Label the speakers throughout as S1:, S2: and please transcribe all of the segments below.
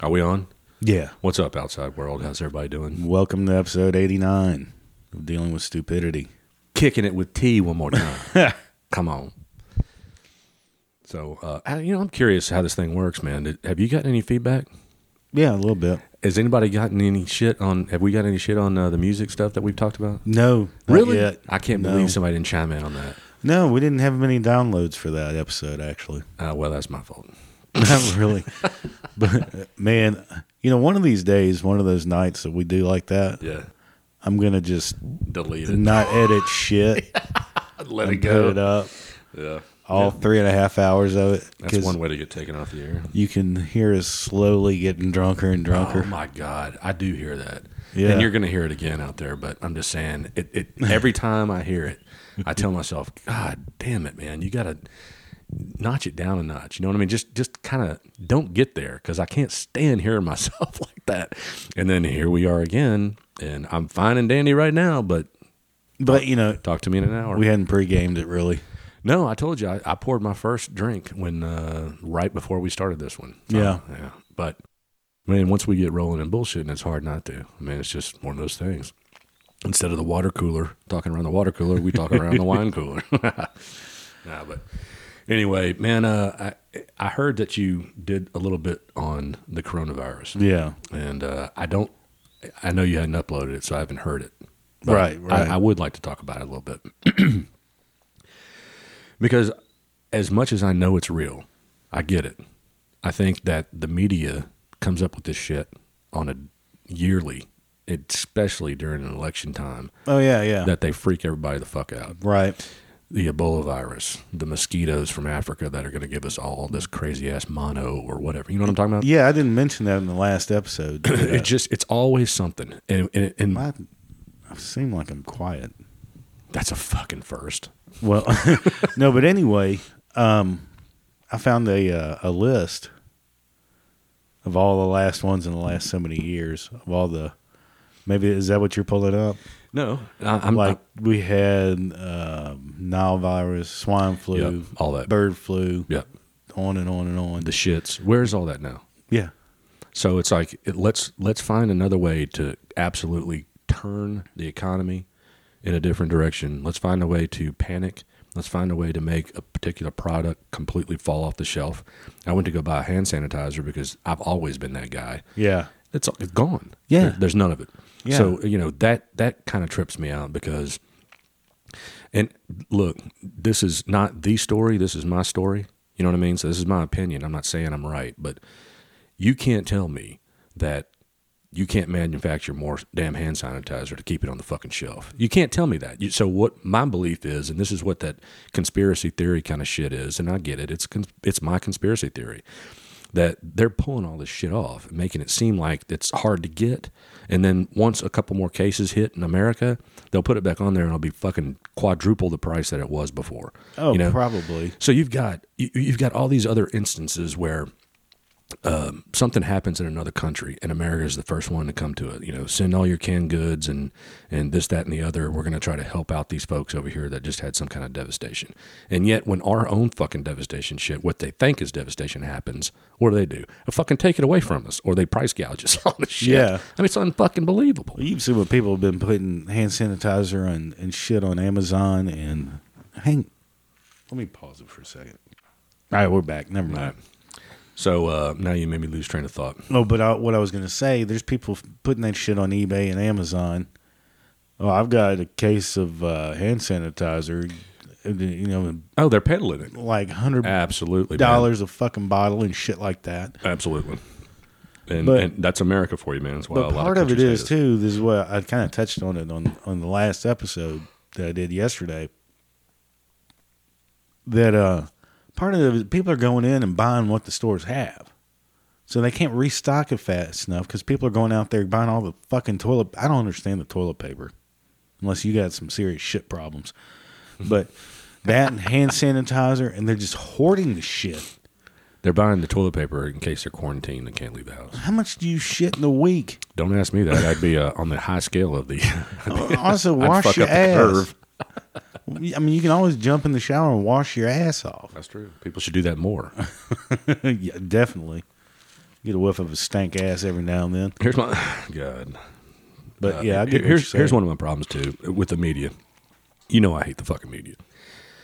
S1: Are we on?
S2: Yeah.
S1: What's up, outside world? How's everybody doing?
S2: Welcome to episode 89 of Dealing with Stupidity.
S1: Kicking it with tea one more time. Come on. So, uh, I- you know, I'm curious how this thing works, man. Did, have you gotten any feedback?
S2: Yeah, a little bit.
S1: Has anybody gotten any shit on? Have we got any shit on uh, the music stuff that we've talked about?
S2: No. not yet.
S1: I can't
S2: No.
S1: believe somebody didn't chime in on that.
S2: No, we didn't have many downloads for that episode, actually.
S1: Uh, well, that's my fault.
S2: Not really. but, uh, man, you know, one of these days, one of those nights that we do like that,
S1: Yeah,
S2: I'm going to just
S1: delete it.
S2: not edit shit
S1: Let it
S2: and put
S1: go.
S2: it up.
S1: Yeah,
S2: All three and a half hours of it.
S1: that's one way to get taken off the air.
S2: You can hear us slowly getting drunker and drunker.
S1: Oh my God, I do hear that.
S2: Yeah.
S1: And you're going to hear it again out there, but I'm just saying it, it every time I hear it, I tell myself, God damn it, man, you got to notch it down a notch. You know what I mean? Just just kind of don't get there cuz I can't stand hearing myself like that. And then here we are again, and I'm fine and dandy right now, but
S2: but, you know,
S1: talk to me in an hour.
S2: we hadn't pre-gamed it really.
S1: no, I told you I, I poured my first drink when uh, right before we started this one.
S2: Yeah.
S1: yeah. But man, once we get rolling and bullshitting, it's hard not to. I mean, it's just one of those things. Instead of the water cooler talking around the water cooler, we talk around the wine cooler. nah, but anyway, man, uh, I I heard that you did a little bit on the coronavirus,
S2: Yeah.
S1: and uh, I don't. I know you hadn't uploaded it, so I haven't heard it.
S2: Right, right.
S1: I, I would like to talk about it a little bit because as much as I know it's real, I get it. I think that the media comes up with this shit on a yearly, especially during an election time,
S2: Oh yeah, yeah.
S1: that they freak everybody the fuck out.
S2: right.
S1: The Ebola virus, the mosquitoes from Africa that are going to give us all this crazy ass mono or whatever. You know what I'm talking about?
S2: Yeah, I didn't mention that in the last episode. did I?
S1: It just it's always something, and, and, and
S2: I, I seem like I'm quiet.
S1: that's a fucking first.
S2: Well, no, but anyway, um, I found a uh, a list of all the last ones in the last so many years of all the. Maybe is that what you're pulling up?
S1: No, I, I'm
S2: Like we had um, Nile virus, swine flu,
S1: Yep, all that.
S2: bird flu,
S1: yeah,
S2: on and on and on.
S1: the shits. Where's all that now?
S2: yeah,
S1: So it's like it, let's let's find another way to absolutely turn the economy in a different direction. Let's find a way to panic. Let's find a way to make a particular product completely fall off the shelf. I went to go buy hand sanitizer because I've always been that guy.
S2: yeah,
S1: It's, it's gone.
S2: Yeah.
S1: There- there's none of it.
S2: Yeah.
S1: So you know that that kind of trips me out because, and look, this is not the story. This is my story. You know what I mean? So this is my opinion. I'm not saying I'm right, but you can't tell me that you can't manufacture more damn hand sanitizer to keep it on the fucking shelf. You can't tell me that. You, so what my belief is, and this is what that conspiracy theory kind of shit is, and I get it. It's cons- it's my conspiracy theory that they're pulling all this shit off and making it seem like it's hard to get. And then once a couple more cases hit in America, they'll put it back on there and it'll be fucking quadruple the price that it was before.
S2: oh,
S1: you know?
S2: probably,
S1: So you've got you, you've got all these other instances where um, something happens in another country, and America is the first one to come to it. You know, send all your canned goods and and this, that, and the other. We're going to try to help out these folks over here that just had some kind of devastation. And yet, when our own fucking devastation shit, what they think is devastation happens, what do they do? They fucking take it away from us, or they price gouge us on the shit.
S2: Yeah.
S1: I mean, it's unfucking believable.
S2: Well, you've seen what people have been putting hand sanitizer and, and shit on Amazon and hang. Let me pause it for a second. All right, we're back. Never mind.
S1: So uh, now you made me lose train of thought.
S2: No, but I, what I was going to say, there's people f- putting that shit on eBay and Amazon. Oh, I've got a case of uh, hand sanitizer, uh, you know,
S1: Oh, they're peddling it.
S2: like hundred
S1: Absolutely. man.
S2: dollars a fucking bottle and shit like that.
S1: Absolutely. And,
S2: But-
S1: and that's America for you, man. That's why a
S2: But
S1: lot
S2: part
S1: of,
S2: of it
S1: countries
S2: is
S1: say
S2: too. This is what I kind of touched on it on on the last episode that I did yesterday. That uh, part of it is people are going in and buying what the stores have, so they can't restock it fast enough because people are going out there buying all the fucking toilet. I don't understand the toilet paper, unless you got some serious shit problems. But that and hand sanitizer, and they're just hoarding the shit.
S1: They're buying the toilet paper in case they're quarantined and can't leave the house.
S2: How much do you shit in a week?
S1: Don't ask me that. I'd be uh, on the high scale of the.
S2: also
S1: I'd
S2: wash
S1: fuck
S2: your
S1: up the
S2: ass.
S1: curve.
S2: I mean, you can always jump in the shower and wash your ass off.
S1: That's true. People should do that more.
S2: yeah, definitely. Get a whiff of his stank ass every now and then.
S1: Here's my God.
S2: But
S1: Uh,
S2: yeah, I get
S1: here-
S2: what
S1: here's
S2: you're
S1: here's
S2: saying.
S1: one of my problems too with the media. You know, I hate the fucking media.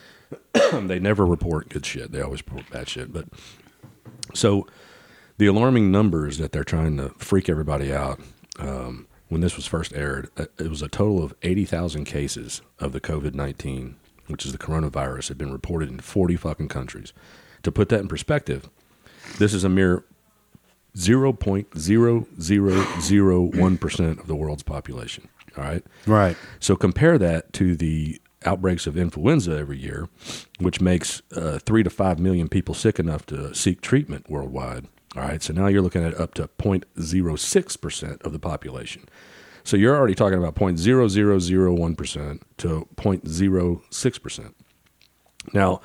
S1: they never report good shit. They always report bad shit. But so the alarming numbers that they're trying to freak everybody out. Um, when this was first aired, uh, it was a total of eighty thousand cases of the COVID nineteen, which is the coronavirus, had been reported in forty fucking countries. To put that in perspective, this is a mere 0.0001% of the world's population. All right.
S2: Right.
S1: So compare that to the outbreaks of influenza every year, which makes uh, three to five million people sick enough to seek treatment worldwide. All right. So now you're looking at up to 0.06% of the population. So you're already talking about 0.0001% to 0.06%. Now,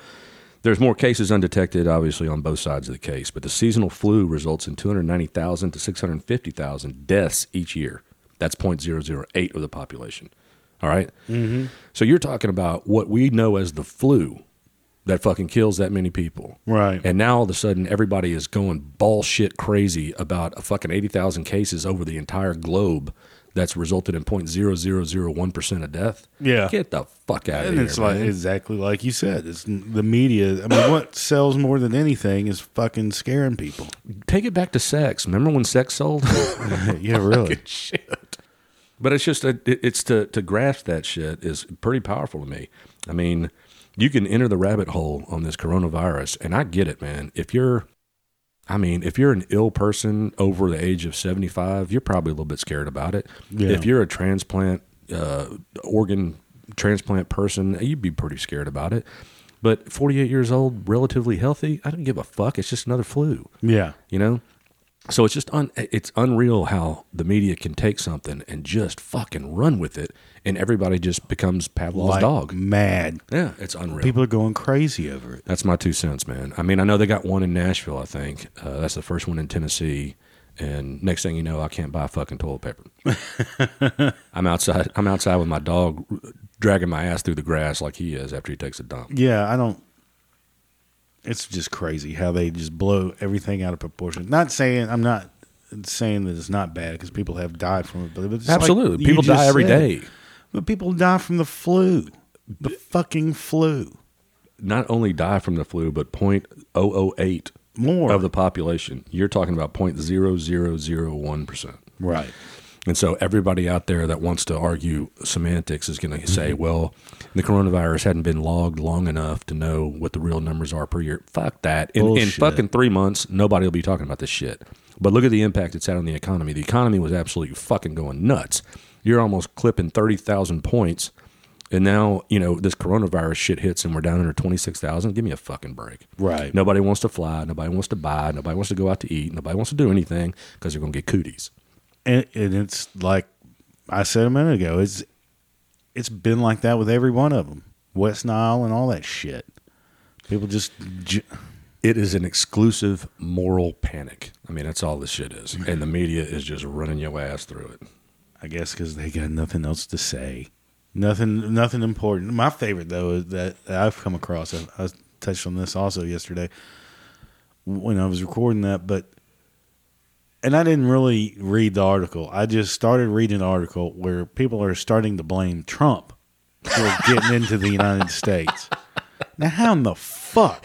S1: there's more cases undetected, obviously, on both sides of the case, but the seasonal flu results in 290,000 to 650,000 deaths each year. That's 0.008 of the population. All right?
S2: Mm-hmm.
S1: So you're talking about what we know as the flu that fucking kills that many people.
S2: Right.
S1: And now all of a sudden, everybody is going bullshit crazy about a fucking 80,000 cases over the entire globe that's resulted in 0.0001% of death.
S2: Yeah.
S1: Get the fuck out of
S2: And
S1: here.
S2: it's like
S1: man.
S2: exactly like you said. It's the media. I mean, what sells more than anything is fucking scaring people.
S1: Take it back to sex. Remember when sex sold?
S2: yeah, really.
S1: shit. But it's just it, it's to to grasp that shit is pretty powerful to me. I mean, you can enter the rabbit hole on this coronavirus, and I get it, man. If you're, I mean, if you're an ill person over the age of seventy five, you're probably a little bit scared about it.
S2: Yeah.
S1: If you're a transplant uh, organ transplant person, you'd be pretty scared about it. But forty eight years old, relatively healthy, I don't give a fuck. It's just another flu
S2: Yeah.
S1: you know so it's just un- it's unreal how the media can take something and just fucking run with it and everybody just becomes pavlov's
S2: Like
S1: dog
S2: Mad.
S1: yeah it's unreal
S2: People are going crazy over it.
S1: that's my two cents man i mean i know they got one in nashville i think uh, that's the first one in tennessee and next thing you know i can't buy fucking toilet paper i'm outside i'm outside with my dog dragging my ass through the grass like he is after he takes a dump
S2: Yeah, I don't. It's just crazy how they just blow everything out of proportion. Not saying I'm not saying that it's not bad because people have died from it, but it's like
S1: absolutely
S2: you
S1: people die
S2: just
S1: every
S2: said.
S1: day.
S2: But people die from the flu, the fucking flu.
S1: not only die from the flu but 0.008
S2: More
S1: of the population. You're talking about 0.0001%.
S2: right.
S1: And so everybody out there that wants to argue semantics is going to say, well, the coronavirus hadn't been logged long enough to know what the real numbers are per year. Fuck that. In, in
S2: Bullshit.
S1: fucking three months, nobody will be talking about this shit. But look at the impact it's had on the economy. The economy was absolutely fucking going nuts. You're almost clipping 30,000 points. And now, you know, this coronavirus shit hits and we're down under 26,000. Give me a fucking break.
S2: Right.
S1: Nobody wants to fly. Nobody wants to buy. Nobody wants to go out to eat. Nobody wants to do anything because they're going to get cooties.
S2: and, and it's like I said a minute ago, it's it's been like that with every one of them, West Nile and all that shit. People just j-
S1: It is an exclusive moral panic. I mean, that's all this shit is. And the media is just running your ass through it.
S2: I guess because they got nothing else to say, nothing, nothing important. My favorite though is that that I've come across. I, I touched on this also yesterday when I was recording that, but and I didn't really read the article. I just started reading an article where people are starting to blame Trump for getting into the United States. Now, how in the fuck?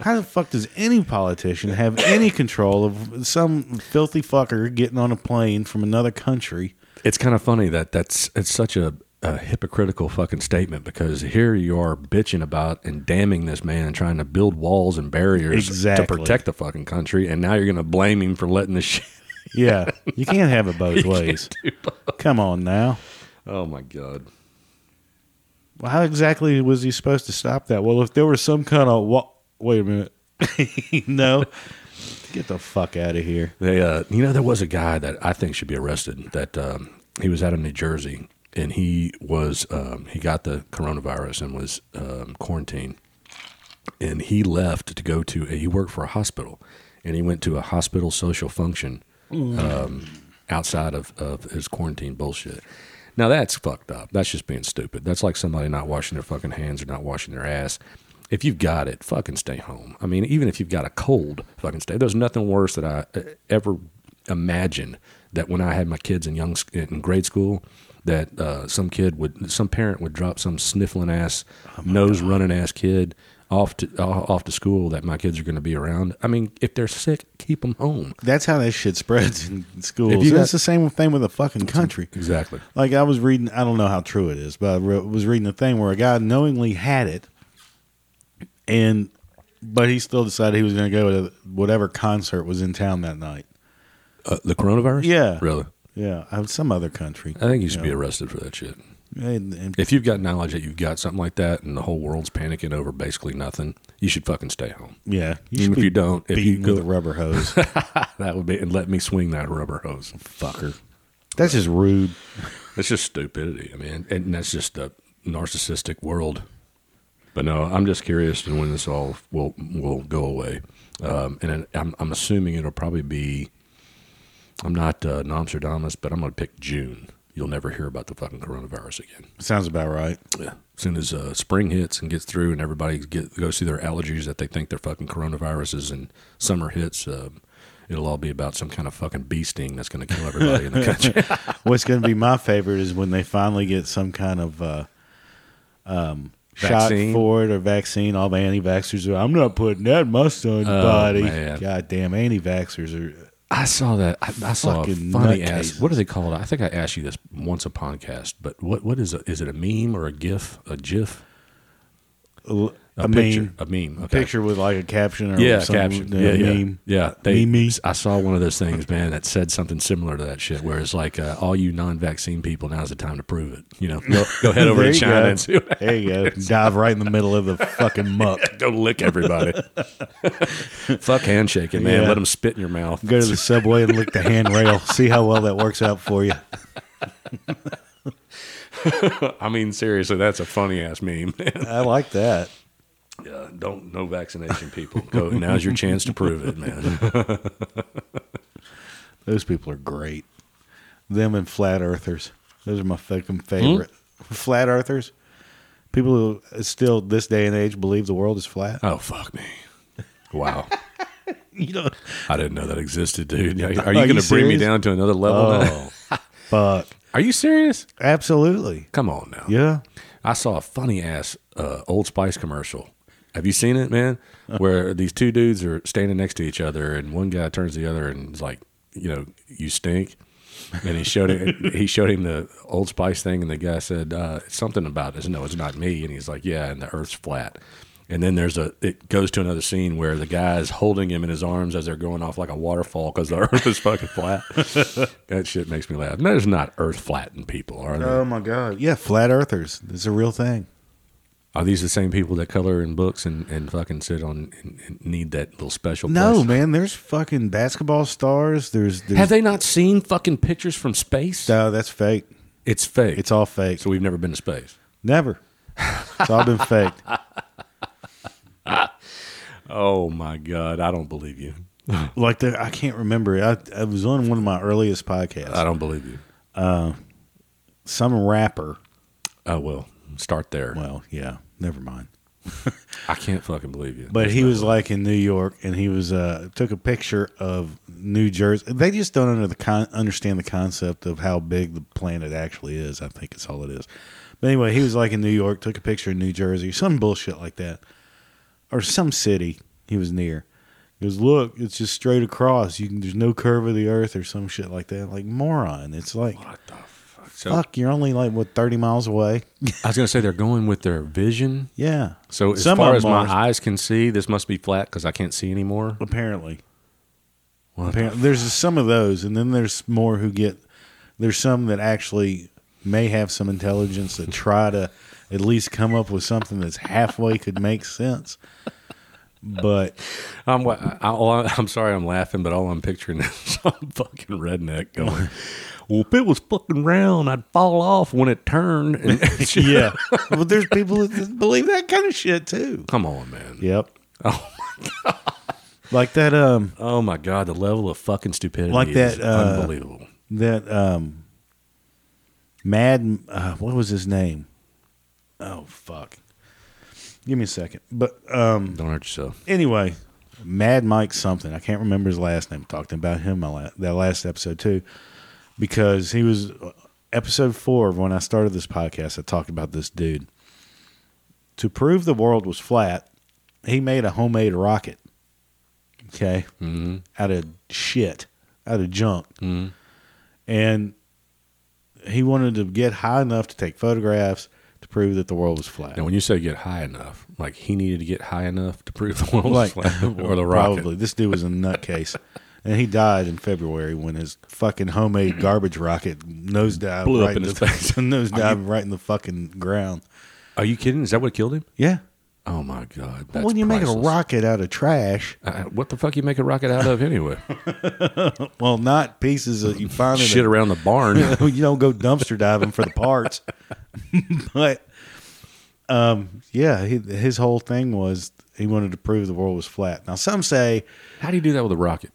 S2: How the fuck does any politician have any control of some filthy fucker getting on a plane from another country?
S1: It's kind of funny that that's it's such a, a hypocritical fucking statement because here you are bitching about and damning this man and trying to build walls and barriers to
S2: Exactly.
S1: protect the fucking country, and now you're going to blame him for letting this shit.
S2: Yeah, you can't have it both ways. Come on now.
S1: Oh my god!
S2: Well, how exactly was he supposed to stop that? Well, if there was some kind of wa- wait a minute, no, get the fuck out of here.
S1: They, uh, you know, there was a guy that I think should be arrested. That um, he was out of New Jersey and he was um, he got the coronavirus and was um, quarantined. And he left to go to. He worked for a hospital, and he went to a hospital social function um, outside of, of his quarantine bullshit. Now that's fucked up. That's just being stupid. That's like somebody not washing their fucking hands or not washing their ass. if you've got it, fucking stay home. I mean, even if you've got a cold, fucking stay. There's nothing worse that I uh, ever imagined that when I had my kids in young sc- in grade school, that uh, some kid would, some parent would drop some sniffling ass, nose running ass kid off to uh, off to school that my kids are going to be around. I mean, if they're sick, keep them home.
S2: That's how that shit spreads in schools.
S1: If you
S2: And
S1: got-
S2: it's the same thing with the fucking country.
S1: Exactly.
S2: Like I was reading, I don't know how true it is, but I re- was reading a thing where a guy knowingly had it, and but he still decided he was going to go to whatever concert was in town that night.
S1: Uh, the coronavirus.
S2: Yeah.
S1: Really.
S2: Yeah, out of some other country.
S1: I think you should
S2: Yeah.
S1: be arrested for that shit.
S2: And- and-
S1: If you've got knowledge that you've got something like that, and the whole world's panicking over basically nothing, you should fucking stay home.
S2: yeah,
S1: Even
S2: should
S1: if
S2: be
S1: you don't, if you
S2: beaten
S1: go,
S2: with a rubber hose,
S1: that would be and let me swing that rubber hose.
S2: fucker. That's just rude.
S1: That's just stupidity. I mean, and that's just the narcissistic world. But no, I'm just curious to when this all will will go away, um, and I'm, I'm assuming it'll probably be. I'm not uh, Nostradamus, but I'm going to pick June. You'll never hear about the fucking coronavirus again.
S2: Sounds about right.
S1: Yeah. As soon as uh, spring hits and gets through, and everybody get, goes through their allergies that they think they're fucking coronaviruses, and summer hits, um, it'll all be about some kind of fucking bee sting that's going to kill everybody in the country.
S2: What's going to be my favorite is when they finally get some kind of uh, um, shot
S1: Vaccine?
S2: for it or vaccine. All the anti-vaxxers are, I'm not putting that in my son's
S1: Oh,
S2: body.
S1: man.
S2: Goddamn anti-vaxxers are.
S1: I saw that. I, I saw a
S2: Fucking
S1: funny
S2: nutcases.
S1: ass. What do they call it? I think I asked you this once a podcast, but what what is it? Is it a meme or a GIF? A GIF?
S2: l-
S1: A,
S2: I
S1: picture?
S2: mean,
S1: a meme?
S2: a
S1: Okay.
S2: picture with like a caption or
S1: Yeah, a
S2: some,
S1: caption.
S2: uh,
S1: yeah, yeah,
S2: meme.
S1: yeah. They,
S2: Meme.
S1: I saw one of those things, man, that said something similar to that shit. Where it's like, uh, all you non-vaccine people, now's the time to prove it. You know, go, go head over
S2: There
S1: to
S2: you
S1: China
S2: go.
S1: and see. What,
S2: There you go. Dive right in the middle of the fucking muck.
S1: go lick everybody. Fuck handshaking, man.
S2: Yeah.
S1: Let them spit in your mouth.
S2: Go to the subway and lick the handrail. See how well that works out for you.
S1: I mean, seriously, that's a funny ass meme.
S2: I like that.
S1: Yeah, don't no vaccination people. Go now's your chance to prove it, man.
S2: Those people are great. Them and flat earthers. Those are my fucking favorite. Flat earthers. People who still this day and age believe the world is flat.
S1: Oh fuck me! Wow,
S2: You know,
S1: I didn't know that existed, dude. Are, are
S2: Are
S1: you
S2: you
S1: going to bring me
S2: serious? Oh.
S1: down to another level? now?
S2: fuck.
S1: Are you serious?
S2: Absolutely.
S1: Come on now.
S2: Yeah.
S1: I saw a funny ass uh, Old Spice commercial. Have you seen it, man? Where these two dudes are standing next to each other, and one guy turns to the other and is like, you know, you stink. And he showed it. he showed him the Old Spice thing, and the guy said uh, it's something about this. No, it's not me. And he's like, yeah, and the Earth's flat. And then there's a. It goes to another scene where the guy is holding him in his arms as they're going off like a waterfall because the Earth is fucking flat. that shit makes me laugh. No, there's not Earth flattened people, are there?
S2: Oh my god. Yeah, flat earthers. It's a real thing.
S1: Are these the same people that color in books and, and fucking sit on and, and need that little special?
S2: No,
S1: place?
S2: man. There's fucking basketball stars. There's, there's
S1: Have they not seen fucking pictures from space?
S2: No, that's fake.
S1: It's fake.
S2: It's all fake.
S1: so we've never been to space.
S2: Never. It's all been faked.
S1: Oh my god, I don't believe you.
S2: Like the, I can't remember. I, I was on one of my earliest podcasts.
S1: I don't believe you.
S2: Some rapper.
S1: Oh well, start there.
S2: Well, yeah. Never mind.
S1: I can't fucking believe you.
S2: But he was like in New York, and he was uh, took a picture of New Jersey. They just don't under the con- understand the concept of how big the planet actually is. I think it's all it is. But anyway, he was like in New York, took a picture in New Jersey, some bullshit like that, or some city he was near. He goes, look, it's just straight across. You can, there's no curve of the earth or some shit like that. Like moron. It's like
S1: what the fuck? So
S2: fuck. You're only like what thirty miles away.
S1: I was gonna say they're going with their vision.
S2: yeah.
S1: So as
S2: Some
S1: far
S2: of
S1: as
S2: them
S1: my
S2: are.
S1: eyes can see, this must be flat because I can't see anymore.
S2: Apparently.
S1: What the-
S2: Apparently, there's some of those, and then there's more who get. There's some that actually may have some intelligence that try to at least come up with something that's halfway could make sense. But
S1: I'm, wa- I, all I- I'm sorry I'm laughing, but all I'm picturing is some fucking redneck going, Well, if it was fucking round, I'd fall off when it turned. And
S2: yeah, but there's people that believe that kind of shit too.
S1: Come on, man.
S2: Yep. Oh my god. Like that. Um.
S1: Oh my God, the level of fucking stupidity
S2: Like that,
S1: is
S2: uh,
S1: unbelievable.
S2: That. Um. Mad. Uh, what was his name? Oh fuck. Give me a second. But um,
S1: Don't hurt yourself.
S2: anyway, Mad Mike something. I can't remember his last name. Talked about him my la- that last episode too, because he was uh, episode four of when I started this podcast. I talked about this dude. To prove the world was flat, he made a homemade rocket. Okay,
S1: Mm-hmm.
S2: out of shit, out of junk,
S1: Mhm.
S2: and he wanted to get high enough to take photographs to prove that the world was flat.
S1: Now, when you say get high enough, like he needed to get high enough to prove the world was
S2: like
S1: flat or the rocket.
S2: probably this dude was a nutcase, and he died in February when his fucking homemade garbage rocket nosedived
S1: Blew up
S2: right
S1: in his
S2: the,
S1: face.
S2: nosedived right in the fucking ground.
S1: Are you kidding? Is that what killed him?
S2: Yeah,
S1: Oh my god!
S2: But
S1: That's
S2: when you make a
S1: priceless.
S2: rocket out of trash,
S1: Uh, what the fuck you make a rocket out of anyway?
S2: well, not pieces that you find in
S1: Shit
S2: a-
S1: around the barn.
S2: you don't go dumpster diving for the parts, but um, yeah, he, his whole thing was he wanted to prove the world was flat. Now some say
S1: How do you do that with a rocket?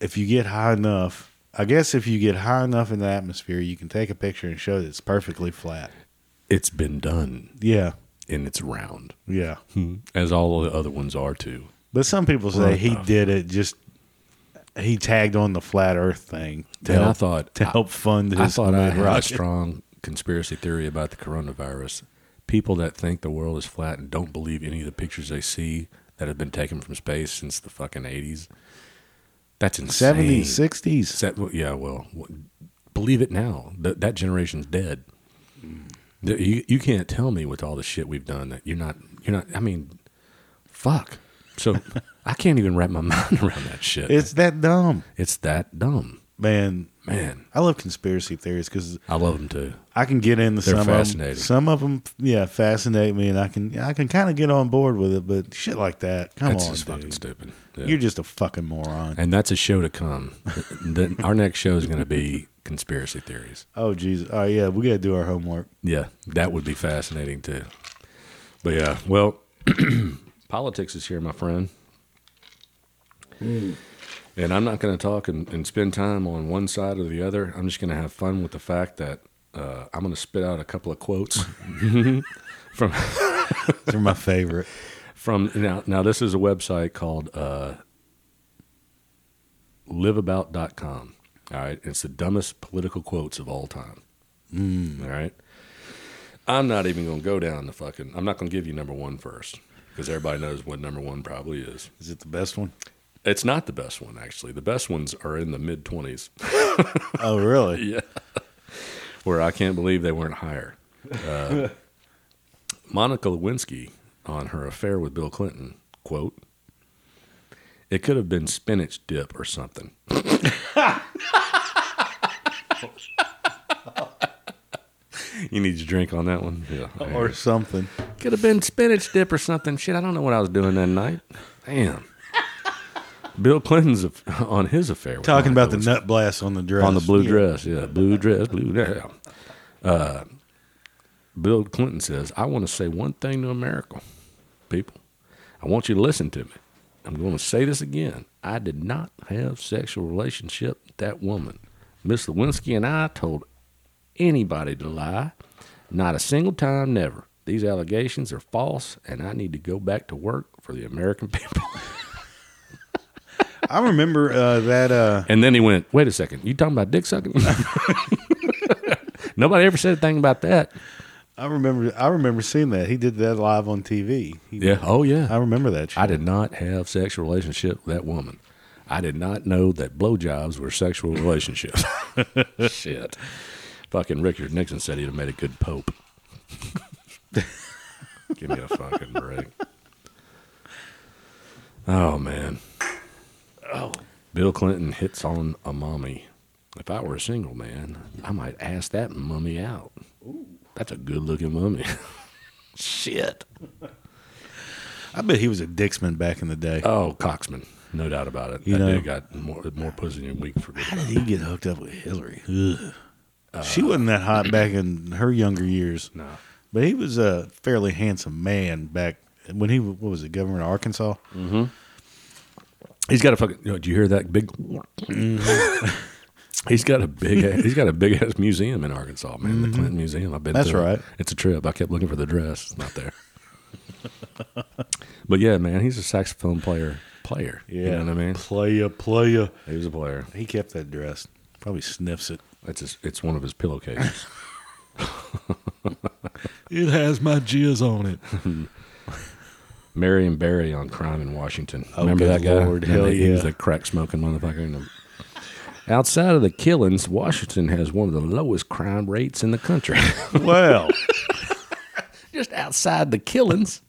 S2: if you get high enough, I guess if you get high enough in the atmosphere, you can take a picture and show that it's perfectly flat.
S1: It's been done
S2: Yeah,
S1: and it's round,
S2: yeah.
S1: Hmm. as all the other ones are too.
S2: But some people say
S1: Right.
S2: he did it just he tagged on the flat Earth thing to
S1: and
S2: help
S1: I thought
S2: to help fund his
S1: I thought I
S2: homemade
S1: had a
S2: rocket.
S1: strong conspiracy theory about the coronavirus. People that think the world is flat and don't believe any of the pictures they see that have been taken from space since the fucking eighties. That's insane.
S2: seventies, sixties.
S1: Set, well, yeah, well, w- believe it now. That that generation's dead. Hmm. The- You you can't tell me with all the shit we've done that you're not you're not. I mean, fuck. So I can't even wrap my mind around that shit.
S2: It's that dumb,
S1: it's that dumb,
S2: man.
S1: man.
S2: I love conspiracy theories because
S1: I love them too.
S2: I can get into
S1: They're
S2: some
S1: fascinating.
S2: of them. Some of them, yeah, fascinate me, and I can I can kind of get on board with it. But shit like that, come
S1: that's
S2: on,
S1: just fucking
S2: dude.
S1: stupid. Yeah.
S2: You're just a fucking moron.
S1: and that's a show to come. Then our next show is going to be conspiracy theories.
S2: Oh Jesus! Oh yeah, we gotta do our homework.
S1: Yeah, that would be fascinating too. But yeah, well, politics is here, my friend.
S2: Hmm.
S1: And I'm not going to talk and, and spend time on one side or the other. I'm just going to have fun with the fact that uh, I'm going to spit out a couple of quotes from
S2: They're my favorite.
S1: from now. Now this is a website called uh, liveabout.com. All right, it's the dumbest political quotes of all time. All right. I'm not even going to go down the fucking. I'm not going to give you number one first because everybody knows what number one probably is.
S2: Is it the best one?
S1: It's not the best one, actually. The best ones are in the mid 20s,
S2: Oh really?
S1: where I can't believe they weren't higher. Uh, Monica Lewinsky on her affair with Bill Clinton, quote, it could have been spinach dip or something. you need your drink on that one? Yeah.
S2: Or something.
S1: Could have been spinach dip or something. Shit, I don't know what I was doing that night. Damn. Bill Clinton's af- on his affair. With
S2: Talking about
S1: Monica
S2: the
S1: Lewinsky.
S2: nut blast on the dress.
S1: on the blue
S2: Yeah.
S1: dress, yeah, blue dress, blue dress. Uh, Bill Clinton says, "I want to say one thing to America, people. I want you to listen to me. I'm going to say this again. I did not have sexual relationship with that woman. Miss Lewinsky and I told anybody to lie. Not a single time, never. These allegations are false, and I need to go back to work for the American people."
S2: I remember uh, that. Uh,
S1: And then he went, wait a second, you talking about dick sucking? Nobody ever said a thing about that.
S2: I remember. I remember seeing that. He did that live on TV. He-
S1: Yeah. Oh,
S2: I
S1: yeah.
S2: remember that. Shit.
S1: I did not have sexual relationship with that woman. I did not know that blowjobs were sexual relationships. Shit. Fucking Richard Nixon said he'd have made a good pope. Give me a fucking break. Oh, man.
S2: oh,
S1: Bill Clinton hits on a mummy. If I were a single man, I might ask that mummy out. That's a good looking mummy. Shit.
S2: I bet he was a Dixman back in the day.
S1: Oh, Coxman. No doubt about it.
S2: You
S1: that
S2: know-
S1: dude got more, more pussy than weak for
S2: How did he get hooked up with Hillary? Ugh. she wasn't that hot back in her younger years.
S1: No.
S2: But he was a fairly handsome man back when he what was it, governor of Arkansas?
S1: Mm. He's got a fucking. You know, do you hear that big?
S2: Mm-hmm.
S1: he's got a big. ass- He's got a big ass museum in Arkansas, man. The Clinton Museum. I've been.
S2: Mm-hmm. That's
S1: to it.
S2: right.
S1: It's a trip. I kept looking for the dress. It's not there. But yeah, man, he's a saxophone player. Player. You know what I mean?
S2: Playa, playa.
S1: He was a player.
S2: He kept that dress. Probably sniffs it.
S1: That's his, it's one of his pillowcases.
S2: It has my jizz on it.
S1: Mary and Barry on Crime in Washington.
S2: Oh,
S1: Remember
S2: good
S1: that guy?
S2: Lord,
S1: And
S2: hell
S1: he- He was
S2: yeah.
S1: a crack smoking motherfucker. And a- Outside of the killings, Washington has one of the lowest crime rates in the country.
S2: Well,
S1: Just outside the killings.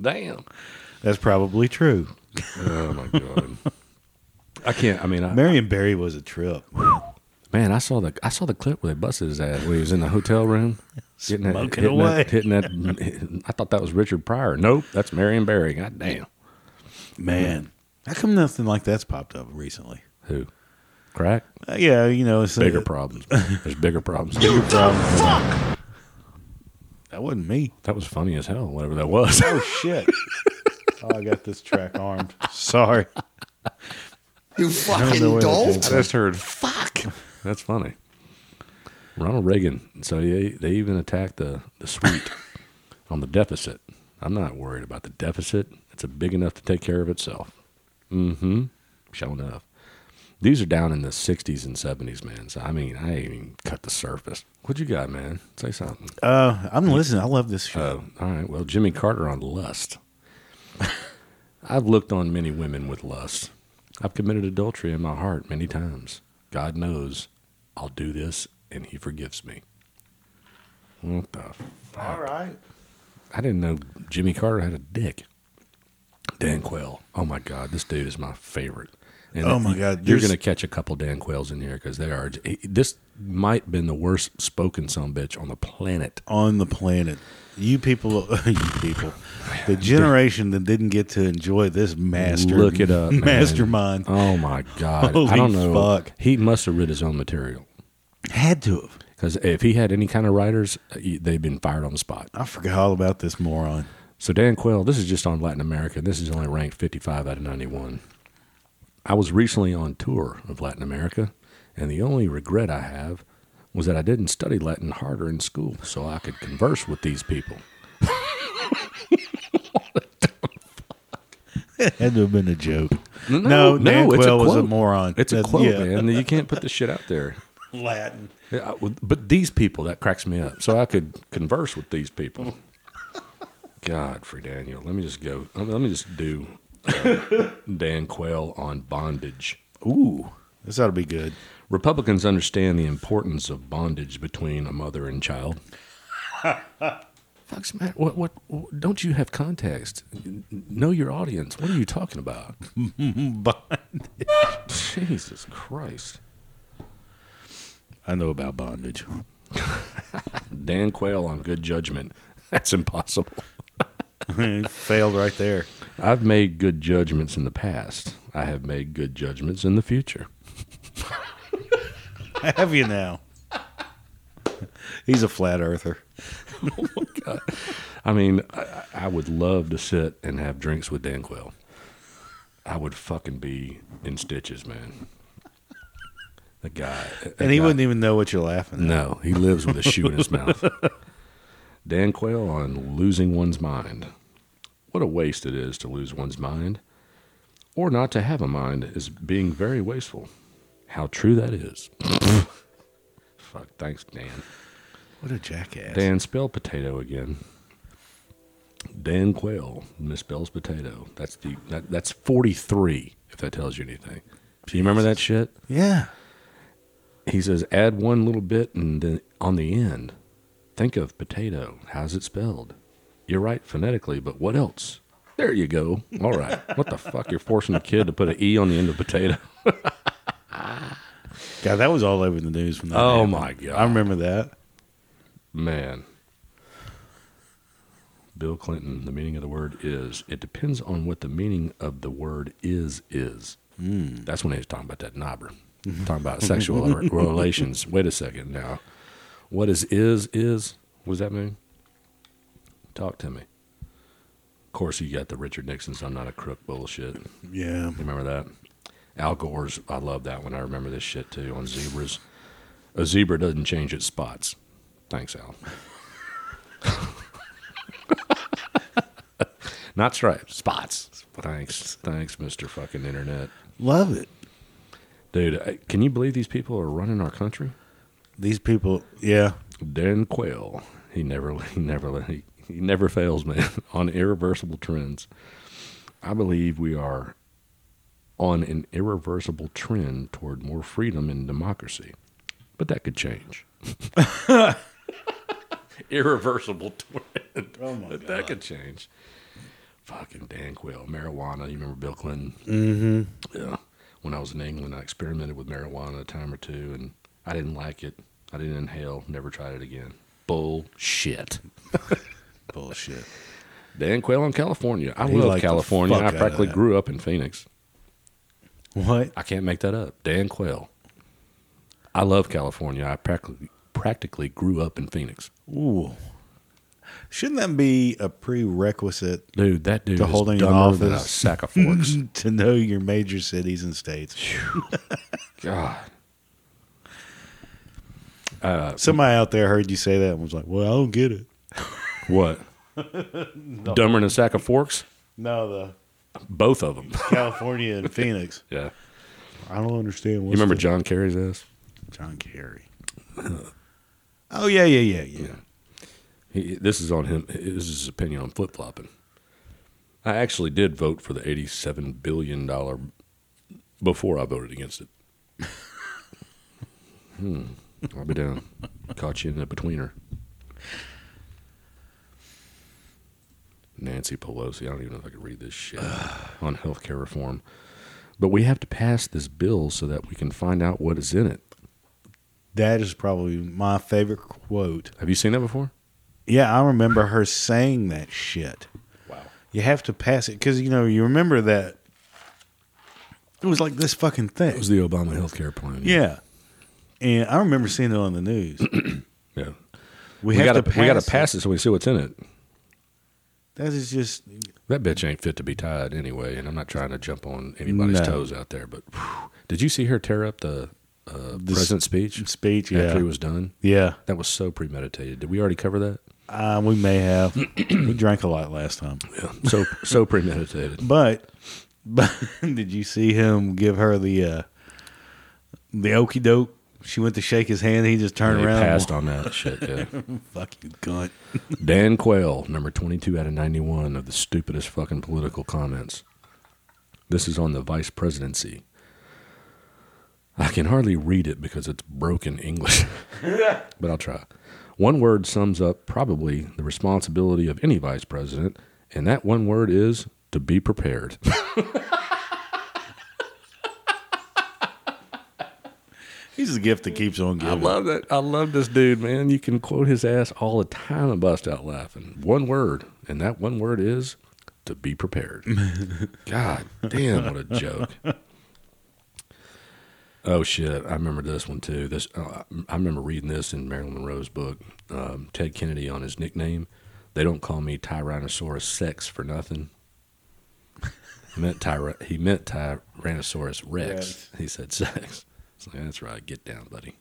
S1: Damn.
S2: that's probably true.
S1: Oh my god. I can't. I mean, I,
S2: Marion Barry was a trip.
S1: man, I saw the I saw the clip where they busted his ass when he was in the hotel room, hitting that,
S2: Smoking
S1: hitting
S2: away.
S1: that, hitting that. I thought that was Richard Pryor. Nope, that's Marion Barry. God damn.
S2: Man, how come nothing like that's popped up recently?
S1: Who? Crack.
S2: Uh, yeah, you know, it's
S1: Bigger
S2: uh,
S1: problems. There's bigger problems.
S2: bigger problem. That wasn't me.
S1: That was funny as hell. Whatever that was.
S2: Oh shit! oh, I got this track armed. Sorry.
S3: You fucking dolt.
S2: just heard.
S3: Fuck.
S1: That's funny. Ronald Reagan. So they, they even attacked the, the suite on the deficit. I'm not worried about the deficit. It's a big enough to take care of itself. Mm-hmm. Sure enough. These are down in the 60s and 70s, man. So, I mean, I ain't even cut the surface. What you got, man? Say something.
S2: Uh, I'm listening. I love this show.
S1: Oh, all right. Well, Jimmy Carter on lust. I've looked on many women with lust. I've committed adultery in my heart many times. God knows I'll do this and he forgives me. What the? F-
S2: All right.
S1: I didn't know Jimmy Carter had a dick. Dan Quayle. Oh my God, this dude is my favorite. And
S2: Oh, my God,
S1: you're
S2: there's-
S1: going to catch a couple Dan Quayles in here because they are. This might have been the worst spoken son bitch on the planet.
S2: On the planet, you people, you people, the generation that didn't get to enjoy this master.
S1: Look it up, man.
S2: Mastermind
S1: Oh my god!
S2: Holy
S1: I don't know.
S2: fuck.
S1: He must have writ his own material
S2: had to have.
S1: because if he had any kind of writers, uh, he- they'd been fired on the spot.
S2: I forgot all about this moron.
S1: So Dan Quayle, this is just on Latin America. This is only ranked 55 out of 91. I was recently on tour of Latin America, and the only regret I have was that I didn't study Latin harder in school so I could converse with these people.
S2: had to have been a joke.
S1: No,
S2: No, Dan
S1: it's
S2: Quayle was a moron.
S1: It's a
S2: That's-
S1: quote,
S2: yeah.
S1: man. You can't put this shit out there.
S2: Latin.
S1: Yeah, I would- but these people that cracks me up. So I could converse with these people. Godfrey Daniel, let me just go. Let me, let me just do uh, Dan Quayle on bondage.
S2: Ooh, this ought to be good.
S1: Republicans understand the importance of bondage between a mother and child. Fuck's the matter? What, what, what? Don't you have context? Know your audience. What are you talking about? Jesus Christ.
S2: I know about bondage.
S1: Dan Quayle on good judgment. That's impossible.
S2: Failed right there.
S1: I've made good judgments in the past. I have made good judgments in the future.
S2: Have you now? He's a flat earther.
S1: I mean, I, I would love to sit and have drinks with Dan Quayle. I would fucking be in stitches, man. The guy. that
S2: And he
S1: guy-
S2: wouldn't even know what you're laughing at.
S1: No, he lives with a shoe in his mouth. Dan Quayle on losing one's mind. What a waste it is to lose one's mind. Or not to have a mind is being very wasteful. How true that is. Fuck, thanks, Dan.
S2: What a jackass.
S1: Dan spell potato again. Dan Quayle misspells potato. That's the that, that's forty three. If that tells you anything, do you remember that shit?
S2: Yeah.
S1: He says add one little bit and then on the end. Think of potato. How's it spelled? You're right phonetically, but what else? There you go. All right. what the fuck? You're forcing a kid to put an e on the end of potato.
S2: God, that was all over the news when that
S1: Oh
S2: happened.
S1: my god.
S2: I remember that.
S1: Man. Bill Clinton, the meaning of the word is. It depends on what the meaning of the word is is. Mm. That's when he was talking about that knobber. talking about sexual re- relations. Wait a second now. What is is is? What does that mean? Talk to me. Of course, you got the Richard Nixon's I'm not a crook bullshit.
S2: Yeah.
S1: You remember that? Al Gore's, I love that one. I remember this shit too on zebras. A zebra doesn't change its spots. Thanks, Al. Not stripes, spots. Thanks, thanks, Mister Fucking Internet,
S2: Love it.
S1: dude. I, can you believe these people are running our country?
S2: These people, yeah.
S1: Dan Quayle, he never, he never, he, he never fails, man. On irreversible trends, I believe we are on an irreversible trend toward more freedom and democracy, but that could change. irreversible trend.
S2: Oh my
S1: But that could change. Fucking Dan Quayle, marijuana. You remember Bill Clinton?
S2: Mm-hmm.
S1: Yeah. When I was in England, I experimented with marijuana a time or two, and I didn't like it. I didn't inhale. Never tried it again. Bullshit.
S2: Bullshit.
S1: Dan Quayle in California. I
S2: He
S1: love
S2: liked the
S1: California.
S2: fuck
S1: I
S2: out of
S1: practically
S2: that.
S1: grew up in Phoenix.
S2: What?
S1: I can't make that up. Dan Quayle. I love California. I practically practically grew up in Phoenix.
S2: Ooh. Shouldn't that be a prerequisite
S1: Dude, that dude
S2: To
S1: is
S2: holding an
S1: dumber than a
S2: office.
S1: sack of forks.
S2: to know your major cities and states?
S1: God.
S2: Uh, Somebody out there heard you say that and was like, "Well, I don't get it."
S1: What? Dumber than a sack of forks?
S2: No, the
S1: Both of them.
S2: California and Phoenix.
S1: Yeah.
S2: I don't understand.
S1: You
S2: What's
S1: remember
S2: the-
S1: John Kerry's ass?
S2: John Kerry? oh yeah, yeah, yeah, yeah.
S1: He, this is on him. This is his opinion on flip flopping. I actually did vote for the eighty-seven billion dollar before I voted against it. hmm. I'll be down. Caught you in the betweener. Nancy Pelosi. I don't even know if I could read this shit on healthcare reform. But we have to pass this bill so that we can find out what is in it.
S2: That is probably my favorite quote.
S1: Have you seen that before?
S2: Yeah, I remember her saying that shit.
S1: Wow.
S2: You have to pass it because you know you remember that it was like this fucking thing.
S1: It was the Obama healthcare plan.
S2: yeah, and I remember seeing it on the news.
S1: Yeah.
S2: We,
S1: We,
S2: have
S1: gotta,
S2: to pass
S1: we gotta
S2: it.
S1: pass it. so we see what's in it.
S2: That is just
S1: That bitch ain't fit to be tied anyway, and I'm not trying to jump on anybody's
S2: No.
S1: toes out there. But whew. did you see her tear up the uh,
S2: The s-
S1: president's speech
S2: speech.
S1: after
S2: Yeah,
S1: he was done?
S2: yeah.
S1: That was so premeditated. Did we already cover that?
S2: Uh, we may have. we drank a lot last time,
S1: Yeah. So so premeditated.
S2: but but did you see him give her the uh, the okey doke? She went to shake his hand. He just turned
S1: They
S2: around. and
S1: passed on that shit. Yeah.
S2: walked, Fuck you, cunt.
S1: Dan Quayle, number 22 out of 91 of the stupidest fucking political comments. This is on the vice presidency. I can hardly read it because it's broken English, but I'll try. One word sums up probably the responsibility of any vice president, and that one word is to be prepared.
S2: He's the gift that keeps on giving.
S1: that. I love this dude, man. You can quote his ass all the time and bust out laughing. One word, and that one word is to be prepared. God damn, what a joke. Oh shit! I remember this one too. This uh, I remember reading this in Marilyn Monroe's book. Um, Ted Kennedy on his nickname. They don't call me Tyrannosaurus Sex for nothing. He meant Tyra. He meant Tyrannosaurus Rex.
S2: Rex.
S1: He said sex. It's like that's right. Get down, buddy.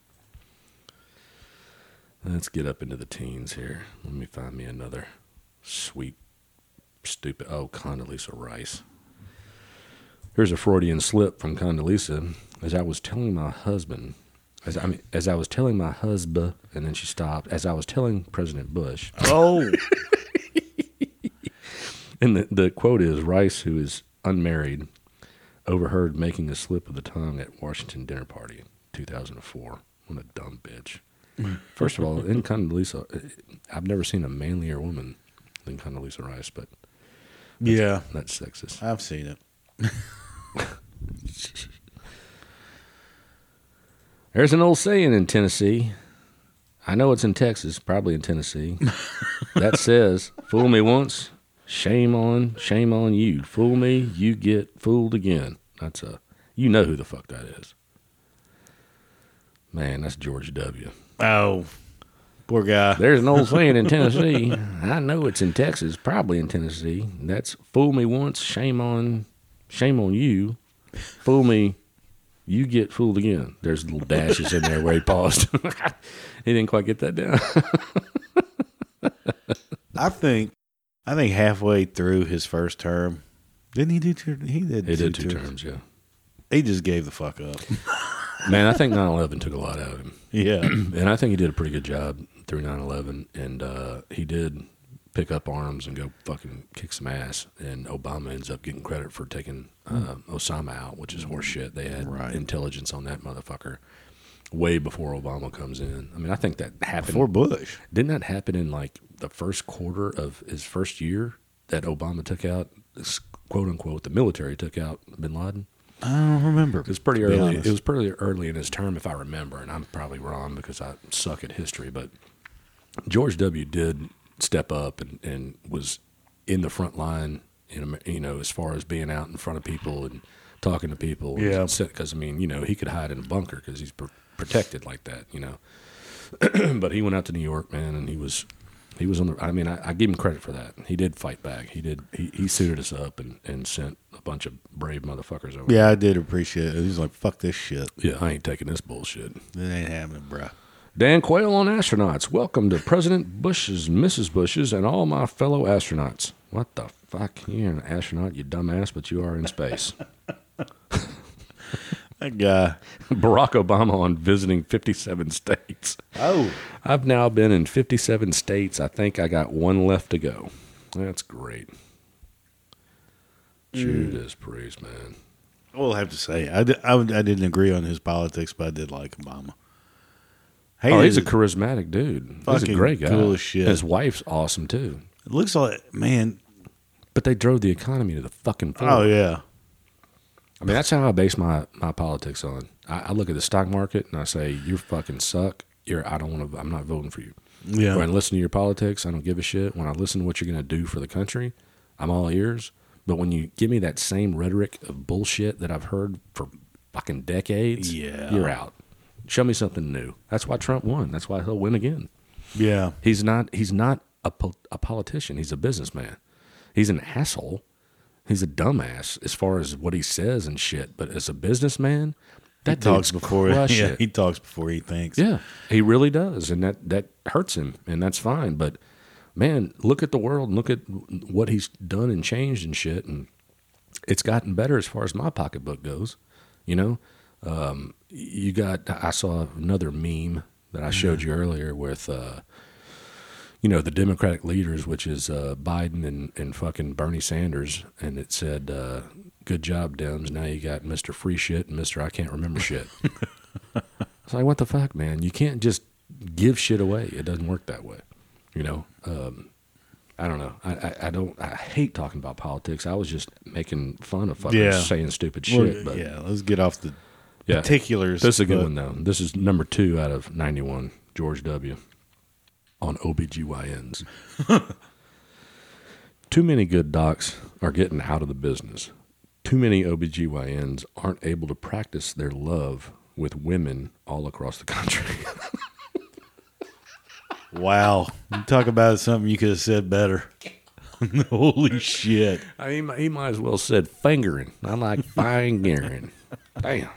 S1: Let's get up into the teens here. Let me find me another sweet, stupid. Oh, Condoleezza Rice. Here's a Freudian slip from Condoleezza. As I was telling my husband, as I mean, as I was telling my husband, and then she stopped. As I was telling President Bush,
S2: Oh,
S1: and the, the quote is Rice, who is unmarried, overheard making a slip of the tongue at Washington dinner party, 2004. What a dumb bitch. First of all, in Condoleezza, I've never seen a manlier woman than Condoleezza Rice, but
S2: yeah.
S1: that's sexist.
S2: I've seen it.
S1: There's an old saying in Tennessee. I know it's in Texas, probably in Tennessee. that says, "Fool me once, shame on, shame on you. Fool me, you get fooled again." That's a you know who the fuck that is. Man, that's George W.
S2: Oh, poor guy.
S1: There's an old saying in Tennessee. I know it's in Texas, probably in Tennessee. That's fool me once, shame on, shame on you. Fool me, you get fooled again. There's little dashes in there where he paused. he didn't quite get that down.
S2: I think I think halfway through his first term, didn't he do two? He did.
S1: He
S2: two
S1: did two
S2: terms.
S1: terms, yeah.
S2: He just gave the fuck up.
S1: Man, I think 9 11 took a lot out of him.
S2: yeah.
S1: And I think he did a pretty good job through 9 11. And uh, he did pick up arms and go fucking kick some ass. And Obama ends up getting credit for taking uh, Osama out, which is horseshit. They had
S2: Right.
S1: intelligence on that motherfucker way before Obama comes in. I mean, I think that happened.
S2: Before Bush.
S1: Didn't that happen in like the first quarter of his first year that Obama took out, quote unquote, the military took out bin Laden?
S2: I don't remember.
S1: It was pretty
S2: to be
S1: early.
S2: honest.
S1: It was pretty early in his term, if I remember, and I'm probably wrong because I suck at history. But George W. did step up and, and was in the front line, in, Amer- you know, as far as being out in front of people and talking to people.
S2: Yeah.
S1: Because I mean, you know, he could hide in a bunker because he's pr- protected like that, you know. but he went out to New York, man, and he was. He was on the. I mean, I, I give him credit for that. He did fight back. He did. He, he suited us up and, and sent a bunch of brave motherfuckers over.
S2: Yeah, I did appreciate it. He's like, fuck this shit.
S1: Yeah, I ain't taking this bullshit.
S2: It ain't happening, bruh.
S1: Dan Quayle on astronauts. Welcome to President Bush's, Mrs. Bush's, and all my fellow astronauts. What the fuck? You're an astronaut, you dumbass, but you are in space.
S2: That guy.
S1: Barack Obama on visiting 57 states.
S2: Oh.
S1: I've now been in 57 states. I think I got one left to go. That's great.
S2: Mm.
S1: Shoot this priest, man.
S2: I will have to say, I, di- I, would- I didn't agree on his politics, but I did like Obama. Hey,
S1: oh, he's a charismatic dude. He's a
S2: fucking
S1: great guy.
S2: cool as shit.
S1: His wife's awesome, too.
S2: it looks like, man.
S1: But they drove the economy to the fucking floor.
S2: Oh, yeah.
S1: I mean, that's how I base my, my politics on. I, I look at the stock market and I say, "You fucking suck. You're. I don't want to. I'm not voting for you."
S2: Yeah.
S1: When I listen to your politics, I don't give a shit. When I listen to what you're going to do for the country, I'm all ears. But when you give me that same rhetoric of bullshit that I've heard for fucking decades,
S2: Yeah.
S1: you're out. Show me something new. That's why Trump won. That's why he'll win again.
S2: Yeah.
S1: He's not. He's not a, po- a politician. He's a businessman. He's an asshole. He's a dumbass as far as what he says and shit. But as a businessman, that
S2: Talks
S1: dude's
S2: before.
S1: crush
S2: Yeah,
S1: it.
S2: he talks before he thinks.
S1: yeah, he really does, and that that hurts him, and that's fine. But man, look at the world. and Look at what he's done and changed and shit, and it's gotten better as far as my pocketbook goes. You know, um, you got. I saw another meme that
S2: Mm-hmm.
S1: I showed you earlier with, uh, you know, the Democratic leaders, which is uh, Biden and and fucking Bernie Sanders, and it said, uh, "Good job, Dems. Now you got Mister Free Shit and Mister I Can't Remember Shit." It's like, what the fuck, man? You can't just give shit away. It doesn't work that way. You know, um, I don't know. I, I, I don't. I hate talking about politics. I was just making fun of fucking
S2: Yeah.
S1: saying stupid
S2: Well,
S1: shit. but
S2: yeah, let's get off the
S1: yeah.
S2: particulars.
S1: This is a good
S2: but-
S1: one though. This is number two out of ninety-one. George W. on OBGYNs. Too many good docs are getting out of the business. Too many OBGYNs aren't able to practice their love with women all across the country.
S2: Wow. You talk about something you could have said better. Holy shit.
S1: I mean, he might as well said fingering. I like fingering. Damn.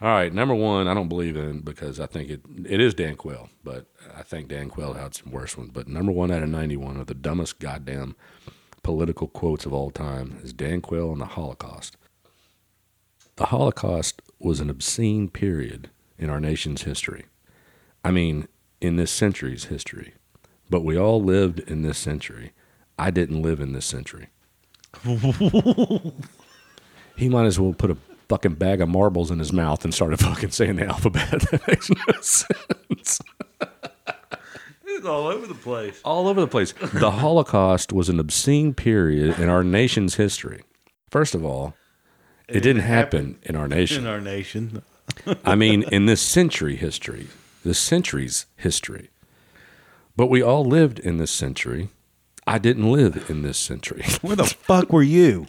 S1: All right, number one, I don't believe in because I think it it is Dan Quayle, but I think Dan Quayle had some worse ones. But number one out of ninety one of the dumbest goddamn political quotes of all time is Dan Quayle on the Holocaust. The Holocaust was an obscene period in our nation's history. I mean, in this century's history. But we all lived in this century. I didn't live in this century. he might as well put a fucking bag of marbles in his mouth and started fucking saying the alphabet. that makes no sense.
S2: It's all over the place.
S1: All over the place. The Holocaust was an obscene period in our nation's history. First of all, it, didn't happen in our
S2: In
S1: nation.
S2: our nation.
S1: I mean, in this century history, this century's history. But we all lived in this century. I didn't live in this century.
S2: Where the fuck were you?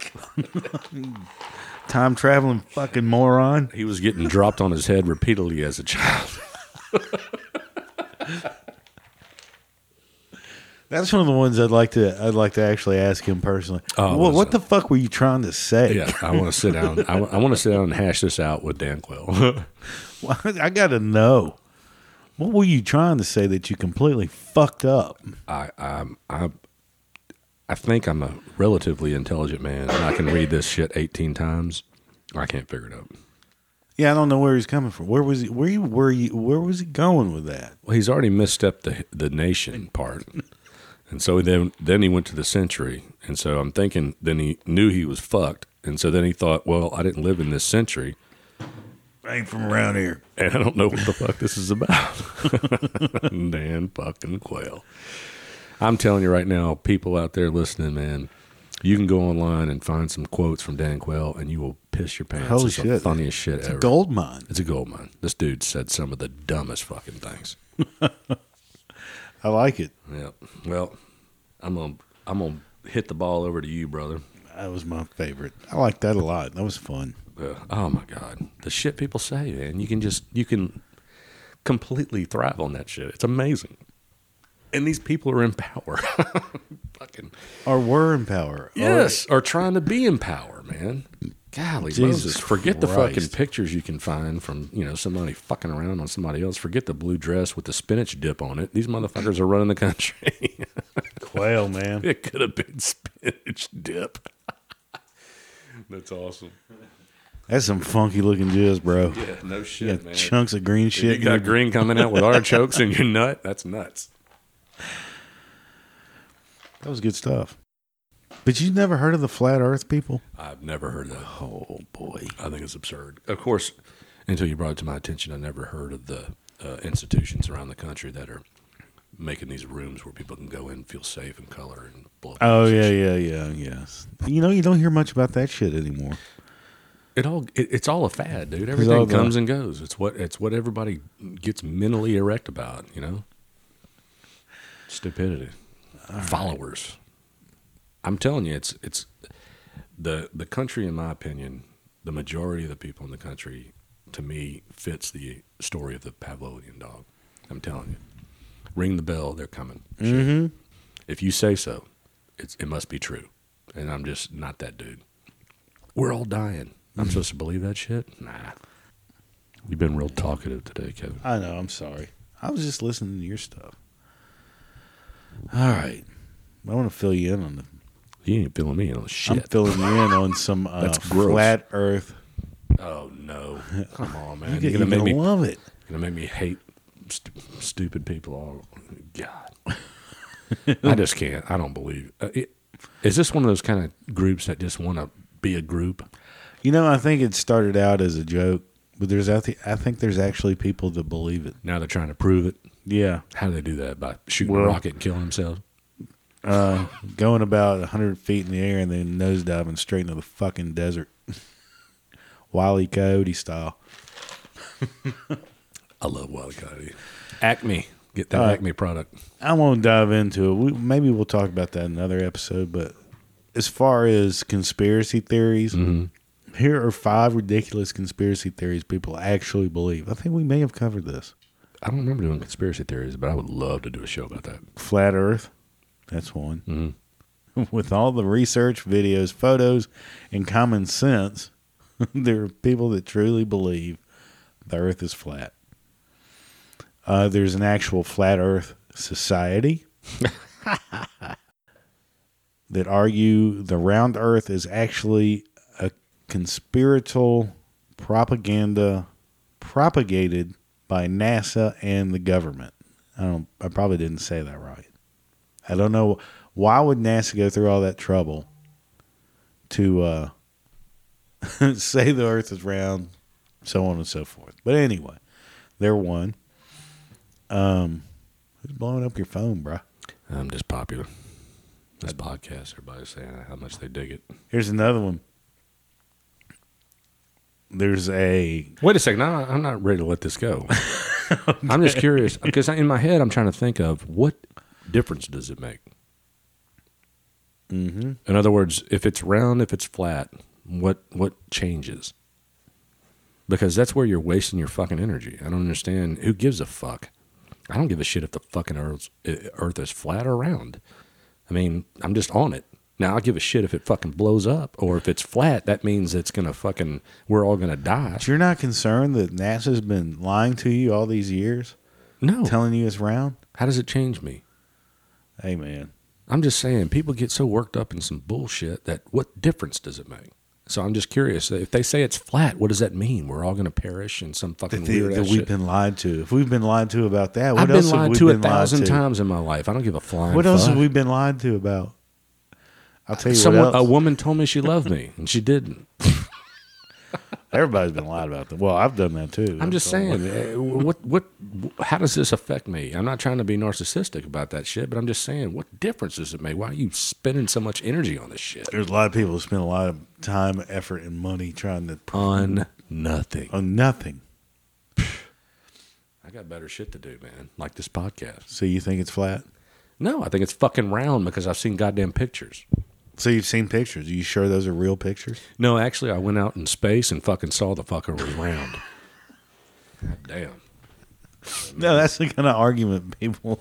S2: Time traveling fucking moron.
S1: He was getting dropped on his head repeatedly as a child.
S2: That's one of the ones I'd like to I'd like to actually ask him personally.
S1: Oh,
S2: well, what
S1: listen.
S2: the fuck were you trying to say?
S1: Yeah, I want to sit down. I, want to sit down and hash this out with Dan Quayle.
S2: Well, I gotta know. What were you trying to say that you completely fucked up?
S1: I, I'm, I'm, I think I'm a relatively intelligent man and I can read this shit 18 times. I can't figure it out.
S2: Yeah, I don't know where he's coming from. Where was he? Where you were you? Where was he going with that?
S1: Well, he's already misstepped the the nation part, and so then then he went to the century, and so I'm thinking then he knew he was fucked, and so then he thought, well, I didn't live in this century,
S2: I ain't from around here.
S1: and I don't know what the fuck this is about. Dan fucking Quayle. I'm telling you right now, people out there listening, man, you can go online and find some quotes from Dan Quayle, and you will piss your pants.
S2: Holy
S1: it's the
S2: shit.
S1: funniest shit ever.
S2: Gold mine.
S1: It's a gold mine. This dude said some of the dumbest fucking things.
S2: I like it.
S1: Yeah. Well, I'm gonna I'm gonna hit the ball over to you, brother.
S2: That was my favorite. I like that a lot. That was fun.
S1: Uh, oh my God, the shit people say, man. You can just you can completely thrive on that shit. It's amazing. And these people are in power. fucking
S2: Or were in power.
S1: yes, are trying to be in power, man. Golly,
S2: Jesus
S1: Moses, forget the
S2: Christ.
S1: fucking pictures you can find from you know somebody fucking around on somebody else. Forget the blue dress with the spinach dip on it. These motherfuckers are running the country.
S2: Quail, man.
S1: It could have been spinach dip. That's awesome.
S2: That's some funky looking jizz, bro.
S1: Yeah, no shit,
S2: You got
S1: man.
S2: chunks of green
S1: If you
S2: shit. in
S1: got
S2: your-
S1: green coming out with artichokes in your nut. That's nuts.
S2: that was good stuff. But you never heard of the flat earth people?
S1: I've never heard of that.
S2: Oh, boy.
S1: I think it's absurd. Of course, until you brought it to my attention, I never heard of the uh, institutions around the country that are making these rooms where people can go in, and feel safe, and color and blow.
S2: Oh, yeah, yeah, yeah, yes. You know, you don't hear much about that shit anymore.
S1: It all it, it's all a fad, dude.
S2: all
S1: Everything
S2: the-
S1: comes and goes. It's what it's what everybody gets mentally erect about, you know. Stupidity, followers. I'm telling you, it's it's the the country, in my opinion, the majority of the people in the country, to me, fits the story of the Pavlovian dog. I'm telling you, ring the bell, they're coming. Shit. If you say so, it's it must be true, and I'm just not that dude we're all dying. I'm supposed to believe that shit? Nah. You've been real talkative today, Kevin.
S2: I know. I'm sorry. I was just listening to your stuff. All right. I want to fill you in on the.
S1: You ain't feeling me on
S2: I'm
S1: shit.
S2: filling you in on some uh,
S1: That's gross.
S2: flat Earth.
S1: oh no! Come on, man.
S2: You're,
S1: You're gonna make
S2: gonna
S1: me.
S2: love it.
S1: Gonna make me hate stu- stupid people. All God. I just can't. I don't believe. Uh, it, is this one of those kind of groups that just want to be a group?
S2: You know, I think it started out as a joke, but there's I, thi- I think there's actually people that believe it.
S1: Now they're trying to prove it.
S2: Yeah,
S1: How do they do that? By shooting
S2: Well-
S1: a rocket and killing themselves?
S2: going about 100 feet in the air and then nosediving straight into the fucking desert, Wiley Coyote style.
S1: I love Wild Coyote. Acme, get that
S2: Uh,
S1: Acme product.
S2: I won't dive into it. We, maybe we'll talk about that in another episode. But as far as conspiracy theories, here are five ridiculous conspiracy theories people actually believe. I think we may have covered this.
S1: I don't remember doing conspiracy theories, but I would love to do a show about that.
S2: Flat Earth, that's one.
S1: Mm-hmm.
S2: With all the research, videos, photos, and common sense, there are people that truly believe the Earth is flat. Uh, there's an actual flat Earth society. that argue the round earth is actually a conspiratorial propaganda propagated by NASA and the government. I don't I probably didn't say that right. I don't know why would NASA go through all that trouble to uh, say the earth is round, so on and so forth. But anyway, they're one. Um who's blowing up your phone, bruh?
S1: I'm just popular. This podcast, everybody's saying how much they dig it.
S2: Here's another one. There's a
S1: Wait a second, I'm I'm not ready to let this go. I'm just curious because in my head, I'm trying to think of what difference does it make.
S2: mm-hmm.
S1: In other words, if it's round, if it's flat, what what changes? Because that's where you're wasting your fucking energy. I don't understand. Who gives a fuck? I don't give a shit if the fucking earth Earth is flat or round. I mean, I'm just on it. Now I give a shit if it fucking blows up or if it's flat. That means it's gonna fucking we're all gonna die.
S2: But you're not concerned that NASA's been lying to you all these years,
S1: No.
S2: telling you it's round?
S1: How does it change me?
S2: Hey man,
S1: I'm just saying, people get so worked up in some bullshit that what difference does it make? So I'm just curious. If they say it's flat, what does that mean? We're all going to perish in some fucking
S2: That,
S1: weird
S2: that
S1: ass
S2: we've
S1: shit.
S2: been lied to. If we've been lied to about that, what
S1: I've
S2: else
S1: been lied
S2: have we
S1: to a
S2: been
S1: thousand
S2: lied to?
S1: times in my life. I don't give a flying.
S2: What else
S1: fuck.
S2: have we been lied to about? I'll tell you
S1: Someone,
S2: what
S1: a
S2: else.
S1: woman told me she loved me, and she didn't.
S2: Everybody's been lied about that. Well, I've done that too.
S1: I'm just
S2: So-
S1: saying, eh, what, what, how does this affect me? I'm not trying to be narcissistic about that shit, but I'm just saying, what difference does it make? Why are you spending so much energy on this shit?
S2: There's a lot of people who spend a lot of time, effort, and money trying to
S1: On nothing.
S2: on nothing.
S1: I got better shit to do, man. Like this podcast.
S2: So you think it's flat?
S1: No, I think it's fucking round because I've seen goddamn pictures.
S2: So you've seen pictures. Are you sure those are real pictures?
S1: No, actually, I went out in space and fucking saw the fucker was round. God damn.
S2: No, that's the kind of argument people.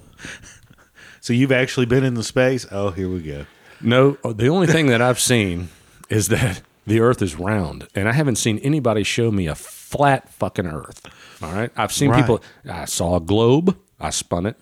S2: so you've actually been in the space? Oh, here we go.
S1: No, the only thing that I've seen is that the Earth is round, and I haven't seen anybody show me a flat fucking Earth. All right, I've seen
S2: Right.
S1: people. I saw a globe. I spun it.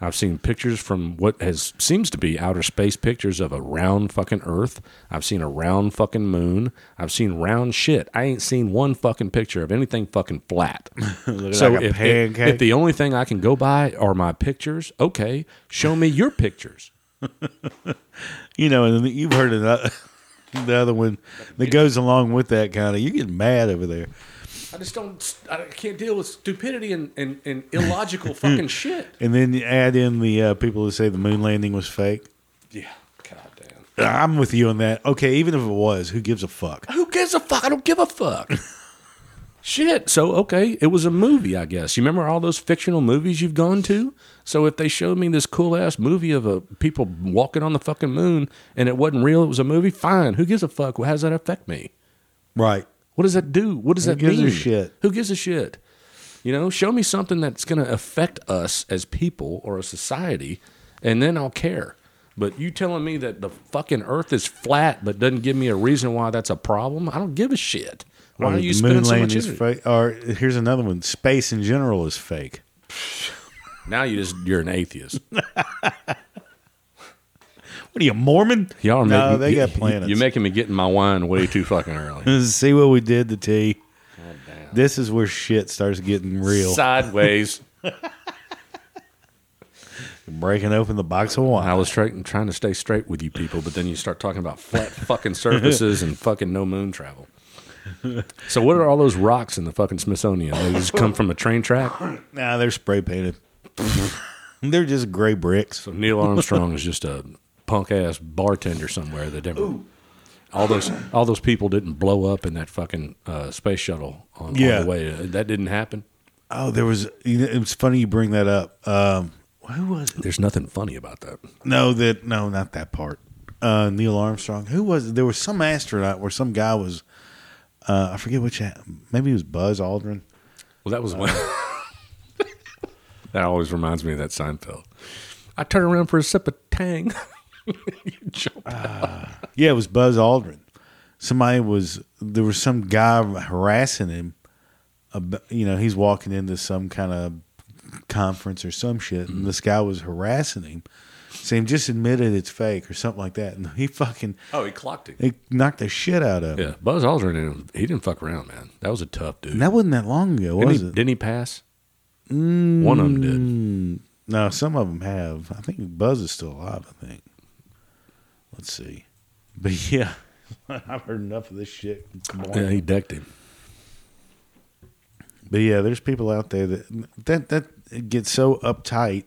S1: I've seen pictures from what has seems to be outer space pictures of a round fucking Earth. I've seen a round fucking moon. I've seen round shit. I ain't seen one fucking picture of anything fucking flat.
S2: Looking
S1: so
S2: like a
S1: if, if,
S2: pancake.
S1: if the only thing I can go by are my pictures, okay, show me your pictures.
S2: you know, and then you've heard another, the other one that goes along with that kind of. You're getting mad over there.
S1: I just don't. I can't deal with stupidity and, and, and illogical fucking shit.
S2: And then you add in the uh, people who say the moon landing was fake.
S1: Yeah. God damn.
S2: I'm with you on that. Okay, even if it was, who gives a fuck?
S1: Who gives a fuck? I don't give a fuck. shit. So okay, it was a movie, I guess. You remember all those fictional movies you've gone to? So if they showed me this cool ass movie of a people walking on the fucking moon and it wasn't real, it was a movie. Fine. Who gives a fuck? How does that affect me?
S2: Right.
S1: What does that do? What does
S2: Who
S1: that
S2: gives a
S1: mean?
S2: shit?
S1: Who gives a shit? You know, show me something that's going to affect us as people or a society, and then I'll care. But you telling me that the fucking Earth is flat, but doesn't give me a reason why that's a problem? I don't give a shit. Why
S2: Or
S1: are you
S2: the
S1: spending so much
S2: is
S1: energy?
S2: fake? Or here's another one: space in general is fake.
S1: now you just you're an atheist.
S2: What are you Mormon?
S1: Y'all are
S2: no,
S1: making,
S2: they got
S1: you-
S2: planets.
S1: You're making me getting my wine way too fucking early.
S2: See what we did to T. This is where shit starts getting real.
S1: Sideways.
S2: Breaking open the box of
S1: I
S2: wine.
S1: was try- trying to stay straight with you people, but then you start talking about flat fucking surfaces and fucking no moon travel. So what are all those rocks in the fucking Smithsonian? They just come from a train track.
S2: Nah, they're spray painted. they're just gray bricks.
S1: So Neil Armstrong is just a punk ass bartender somewhere that never. All those all those people didn't blow up in that fucking uh, space shuttle on
S2: Yeah.
S1: on the way. That didn't happen.
S2: Oh, there was. You know, it's funny you bring that up. Um, who was it?
S1: There's nothing funny about that.
S2: No, that no, not that part. Uh, Neil Armstrong. Who was it? there? Was some astronaut where some guy was? Uh, I forget which. a- Maybe it was Buzz Aldrin.
S1: Well, that was one. that always reminds me of that Seinfeld. I turn around for a sip of Tang. you jump.
S2: Yeah, it was Buzz Aldrin. Somebody was there was some guy harassing him. About, you know, he's walking into some kind of conference or some shit, and this guy was harassing him, saying, "Just admit it, it's fake" or something like that. And he fucking
S1: Oh, he clocked it.
S2: it knocked the shit out of him.
S1: Yeah, Buzz Aldrin, didn't- he didn't fuck around, man. That was a tough dude.
S2: And that wasn't that long ago,
S1: didn't,
S2: was
S1: he,
S2: it?
S1: didn't he pass? One of them did.
S2: Mm. No, some of them have. I think Buzz is still alive. I think. Let's see, but yeah, I've heard enough of this shit.
S1: Yeah, he decked him.
S2: But yeah, there's people out there that that that get so uptight.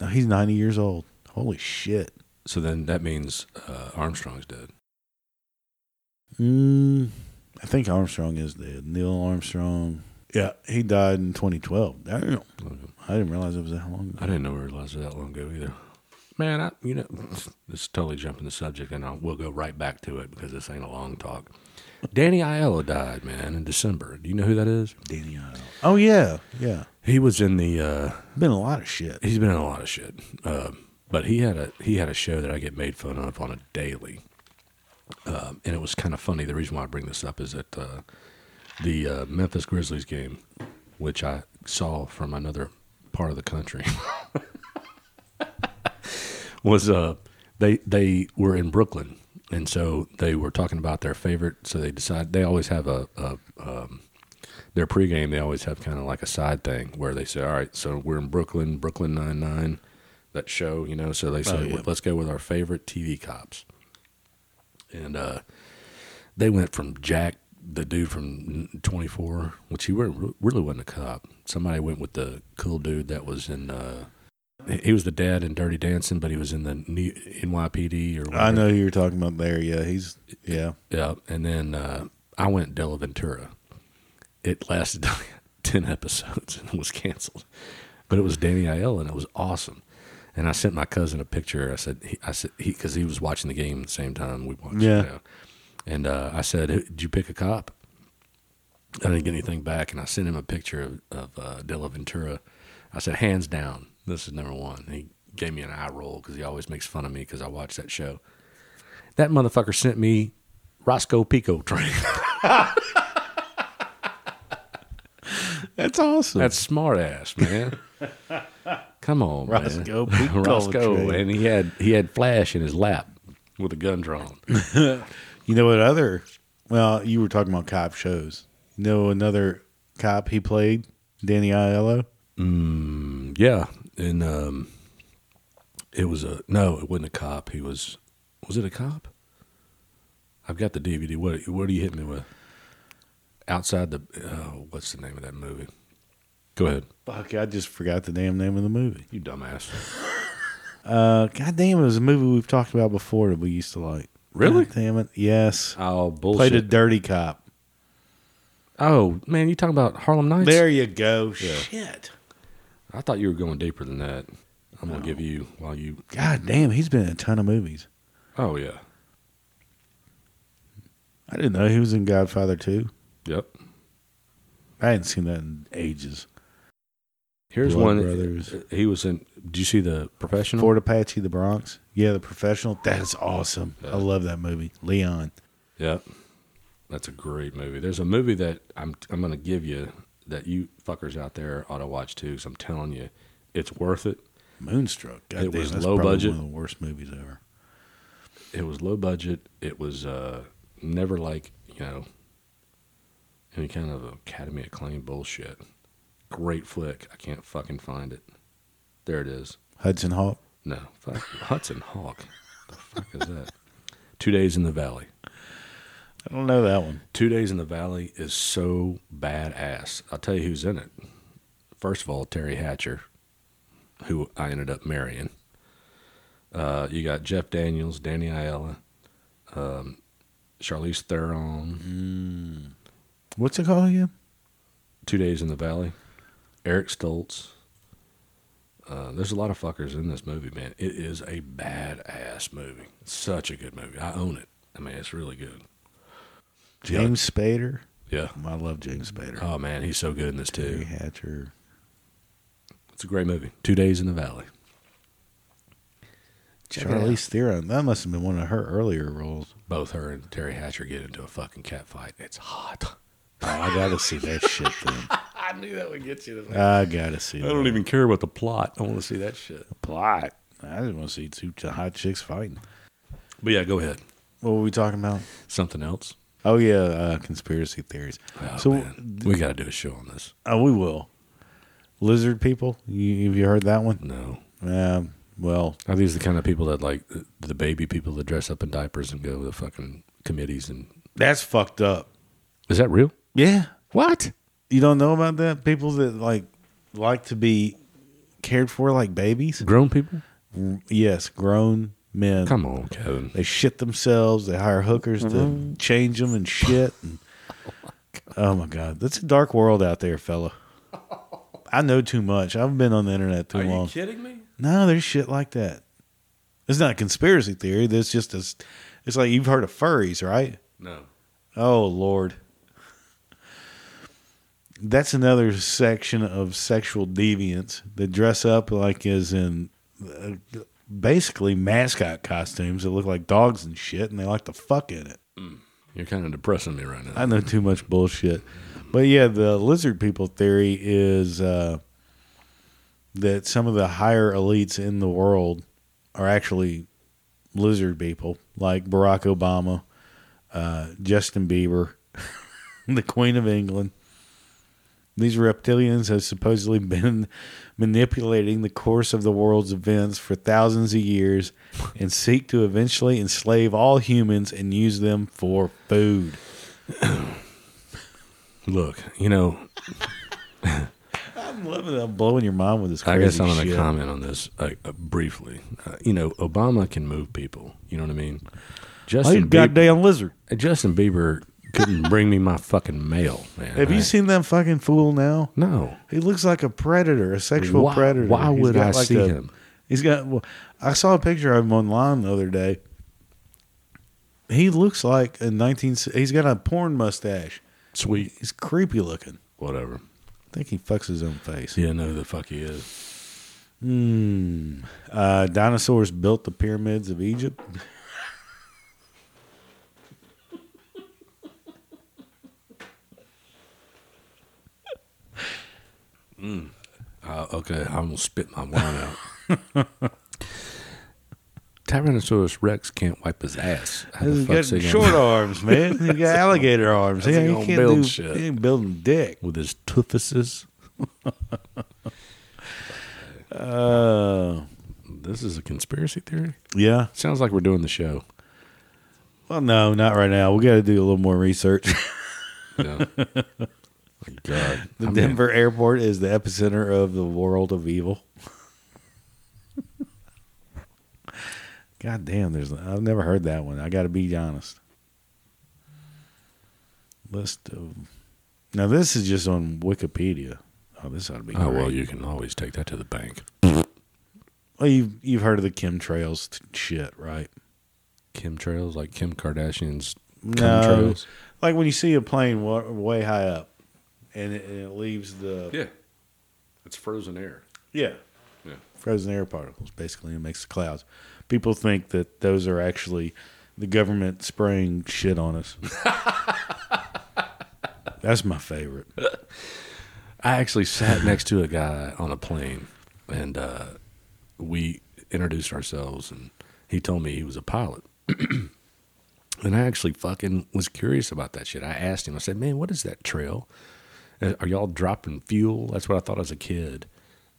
S2: Now, he's 90 years old. Holy shit.
S1: So then that means uh, Armstrong's dead.
S2: Mm, I think Armstrong is dead. Neil Armstrong. Yeah, he died in 2012. Damn. I didn't realize it was that long
S1: I
S2: ago.
S1: didn't know we realized that long ago either. Man, I you know this is totally jumping the subject, and I'll, we'll go right back to it because this ain't a long talk. Danny Aiello died, man, in December. Do you know who that is?
S2: Danny Idle. Oh, yeah. Yeah.
S1: He was in the. Uh,
S2: Been a lot of shit.
S1: he's been in a lot of shit, uh, but he had a he had a show that I get made fun of on a daily, um, and it was kind of funny. The reason why I bring this up is that uh, the uh, Memphis Grizzlies game, which I saw from another part of the country, was uh, they they were in Brooklyn, and so they were talking about their favorite. So they decide they always have a, a um, their pregame. They always have kind of like a side thing where they say, "All right, so we're in Brooklyn, Brooklyn Nine Nine, that show, you know." So they say,
S2: Oh, yeah.
S1: "Let's go with our favorite TV cops," and uh, they went from Jack, the dude from Twenty Four, which he were, really wasn't a cop. Somebody went with the cool dude that was in. Uh, he was the dad in Dirty Dancing, but he was in the new NYPD or whatever.
S2: I know who you're talking about there. Yeah, he's yeah.
S1: Yeah, and then uh, I went Delaventura. It lasted ten episodes and was canceled, but it was Danny Aiello and it was awesome. And I sent my cousin a picture. I said, he, I said, because he, was watching the game at the same time we watched.
S2: Yeah.
S1: It, you know. And uh, I said, "Who- "Did you pick a cop?" I didn't get anything back, and I sent him a picture of, of uh, Delaventura. I said, "Hands down, this is number one." And he gave me an eye roll because he always makes fun of me because I watch that show. That motherfucker sent me Roscoe Pico train.
S2: That's awesome.
S1: That's smart ass, man. Come on, man.
S2: Roscoe Pico
S1: Roscoe,
S2: train.
S1: and he had he had Flash in his lap with a gun drawn.
S2: You know what other? Well, you were talking about cop shows. You know another cop he played, Danny Aiello.
S1: Mm, yeah, and um, it was a no, it wasn't a cop. He was was it a cop? I've got the DVD. What what are you hitting me with? Outside the oh, what's the name of that movie? Go ahead,
S2: Fuck, I just forgot the damn name of the movie.
S1: you dumbass.
S2: Uh, God damn, it was a movie we've talked about before that we used to like.
S1: Really?
S2: God damn it, yes.
S1: Oh
S2: Played
S1: bullshit.
S2: a dirty cop.
S1: oh man, you talking about Harlem Nights?
S2: There you go. Shit.
S1: I thought you were going deeper than that. I'm gonna give you while you.
S2: God damn, he's been in a ton of movies.
S1: Oh yeah.
S2: I didn't know he was in Godfather too.
S1: Yep.
S2: I hadn't seen that in ages.
S1: Here's
S2: Blood
S1: one.
S2: Brothers.
S1: He was in. Do you see the professional?
S2: Fort Apache, The Bronx. Yeah, The Professional. That's awesome.
S1: Yeah.
S2: I love that movie. Leon.
S1: Yep. That's a great movie. There's a movie that I'm I'm gonna give you that you fuckers out there ought to watch too. Because I'm telling you, it's worth it.
S2: Moonstruck. God
S1: It
S2: damn,
S1: was
S2: that's
S1: low
S2: probably
S1: budget.
S2: One of the worst movies ever.
S1: It was low budget. It was uh, never like you know any kind of Academy acclaimed bullshit. Great flick. I can't fucking find it. There it is.
S2: Hudson Hawk.
S1: No, fuck Hudson Hawk. The fuck is that? Two days in the valley.
S2: I don't know that one.
S1: Two Days in the Valley is so badass. I'll tell you who's in it. First of all, Terry Hatcher, who I ended up marrying. Uh, you got Jeff Daniels, Danny Aiello, um, Charlize Theron,
S2: What's it called again?
S1: Two Days in the Valley, Eric Stoltz. Uh, there's a lot of fuckers in this movie, man. It is a badass movie. It's such a good movie. I own it. I mean, it's really good.
S2: James Spader.
S1: Yeah.
S2: I love James Spader.
S1: Oh, man, he's so good in this,
S2: Terry
S1: too.
S2: Hatcher.
S1: It's a great movie. Two Days in the Valley. Check it
S2: Charlize Theron. That must have been one of her earlier roles.
S1: both her and Terry Hatcher get into a fucking cat fight. It's hot.
S2: Oh, I gotta see that shit then.
S1: I knew that would get you.
S2: I gotta see.
S1: I don't even care about the plot. I want to see that shit.
S2: plot. I just want to see two hot chicks fighting.
S1: But yeah, go ahead.
S2: What were we talking about?
S1: Something else.
S2: Oh yeah, uh, conspiracy theories.
S1: Oh,
S2: so
S1: man. we got to do a show on this.
S2: uh, we will. Lizard people. You, have you heard that one?
S1: No,
S2: Um, well,
S1: are these the kind of people that like the- the baby people that dress up in diapers and go to fucking committees? And
S2: that's fucked up.
S1: is that real?
S2: Yeah.
S1: What?
S2: You don't know about that? People that like like to be cared for like babies.
S1: Grown people?
S2: Yes, grown men.
S1: Come on, Kevin.
S2: They shit themselves. They hire hookers to change them and shit. And, Mm-hmm. oh my god, that's a dark world out there, fella. I know too much. I've been on the internet too long.
S1: kidding me?
S2: No, there's shit like that. It's not a conspiracy theory. That's just a, It's like you've heard of furries, right?
S1: No.
S2: Oh lord. That's another section of sexual deviants that dress up like as in uh, basically mascot costumes that look like dogs and shit, and they like to fuck in it.
S1: You're kind of depressing me right now.
S2: I know too much bullshit, but yeah, the lizard people theory is uh, that some of the higher elites in the world are actually lizard people like Barack Obama, uh, Justin Bieber, the Queen of England. These reptilians have supposedly been manipulating the course of the world's events for thousands of years and seek to eventually enslave all humans and use them for food.
S1: Look, you know,
S2: I'm loving that. I'm blowing your mind with this
S1: I
S2: crazy
S1: guess I'm going
S2: shit.
S1: to comment on this uh, uh, briefly. Uh, you know, Obama can move people. You know what I mean?
S2: Oh, you
S1: Justin, Bieber,
S2: goddamn lizard.
S1: Justin Bieber couldn't bring me my fucking mail, man.
S2: Have you
S1: I-
S2: seen that fucking fool now?
S1: No.
S2: He looks like a predator, a sexual
S1: Why-
S2: predator.
S1: why
S2: He's
S1: would
S2: got
S1: I see
S2: a-
S1: him?
S2: He's got. Well, I saw a picture of him online the other day. He looks like a 19. He's got a porn mustache.
S1: Sweet.
S2: He's creepy looking.
S1: Whatever.
S2: I think he fucks his own face.
S1: Yeah, no, the fuck he is.
S2: Hmm. Uh, dinosaurs built the pyramids of Egypt.
S1: Uh, okay, I'm going to spit my wine out. Tyrannosaurus Rex can't wipe his ass. How the
S2: He's got
S1: fuck's he gonna-
S2: short arms, man. He's got alligator arms.
S1: How's he
S2: Yeah, he
S1: gonna
S2: can't
S1: build
S2: do.
S1: shit?
S2: He ain't building dick.
S1: With his toofuses.
S2: Uh,
S1: This is a conspiracy theory.
S2: yeah.
S1: Sounds like we're doing the show.
S2: Well, no, not right now. We got to do a little more research.
S1: Yeah. My God. I
S2: The
S1: mean,
S2: Denver airport is the epicenter of the world of evil. God damn, there's I've never heard that one. I got to be honest. List of now this is just on Wikipedia. Oh, this ought to be.
S1: Oh
S2: great.
S1: well, you can always take that to the bank.
S2: Well, you've you've heard of the chemtrails t- shit, right?
S1: Chemtrails, like Kim Kardashian's
S2: No,
S1: chemtrails.
S2: like when you see a plane wa- way high up, and it, and it leaves the
S1: Yeah, it's frozen air.
S2: Yeah.
S1: Yeah.
S2: Frozen air particles, basically, it makes the clouds. People think that those are actually the government spraying shit on us. That's my favorite.
S1: I actually sat next to a guy on a plane, and uh, we introduced ourselves, and he told me he was a pilot. and I actually fucking was curious about that shit. I asked him. I said, "Man, what is that trail? Uh, Are y'all dropping fuel?" That's what I thought as a kid.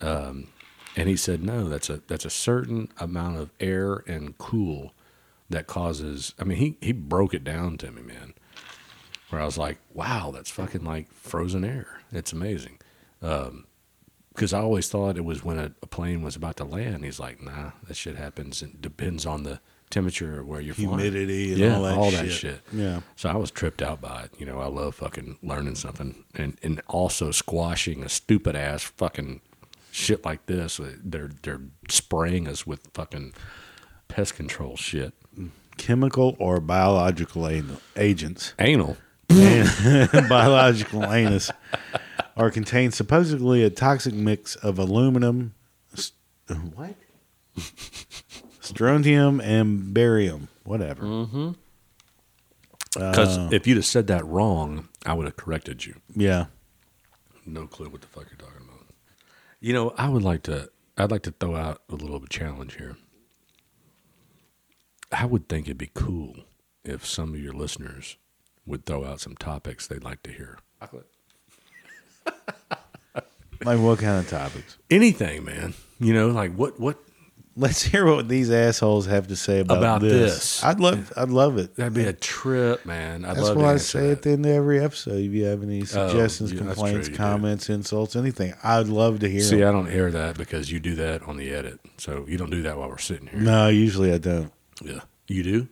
S1: Um, and he said, "No, that's a that's a certain amount of air and cool that causes." I mean, he he broke it down to me, man where I was like, wow, that's fucking like frozen air. It's amazing. Because I always thought it was when a, a plane was about to land. He's like, nah, that shit happens. It depends on the temperature of where you're flying.
S2: Humidity and
S1: yeah,
S2: all that shit. Yeah.
S1: So I was tripped out by it. You know, I love fucking learning something and, and also squashing a stupid ass fucking shit like this. Uh, They're, they're spraying us with fucking pest control shit.
S2: Chemical or biological an- agents,
S1: Anal.
S2: and biological anus, are contained supposedly a toxic mix of aluminum, s-
S3: What?
S2: strontium, and barium, whatever.
S1: Because
S2: Oh.
S1: if you'd have said that wrong, I would have corrected you.
S2: Yeah.
S1: No clue what the fuck you're talking about. You know, I would like to. I'd like to throw out a little challenge here. I would think it'd be cool if some of your listeners would throw out some topics they'd like to hear.
S2: Like what kind of topics?
S1: Anything, man. You know, like what? What?
S2: Let's hear what these assholes have to say about,
S1: About
S2: this.
S1: this.
S2: I'd love, I'd love it.
S1: That'd be a trip, man. I'd
S2: That's
S1: love
S2: why
S1: to
S2: I
S1: answer
S2: say at
S1: that. Oh,
S2: the end of every episode, if you have any suggestions,
S1: yeah, that's
S2: complaints,
S1: true, you do.
S2: comments, insults, anything, I'd love to hear.
S1: See,
S2: them.
S1: I don't hear that because you do that on the edit. So you don't do that while we're sitting here.
S2: No, usually I don't.
S1: Yeah, you do.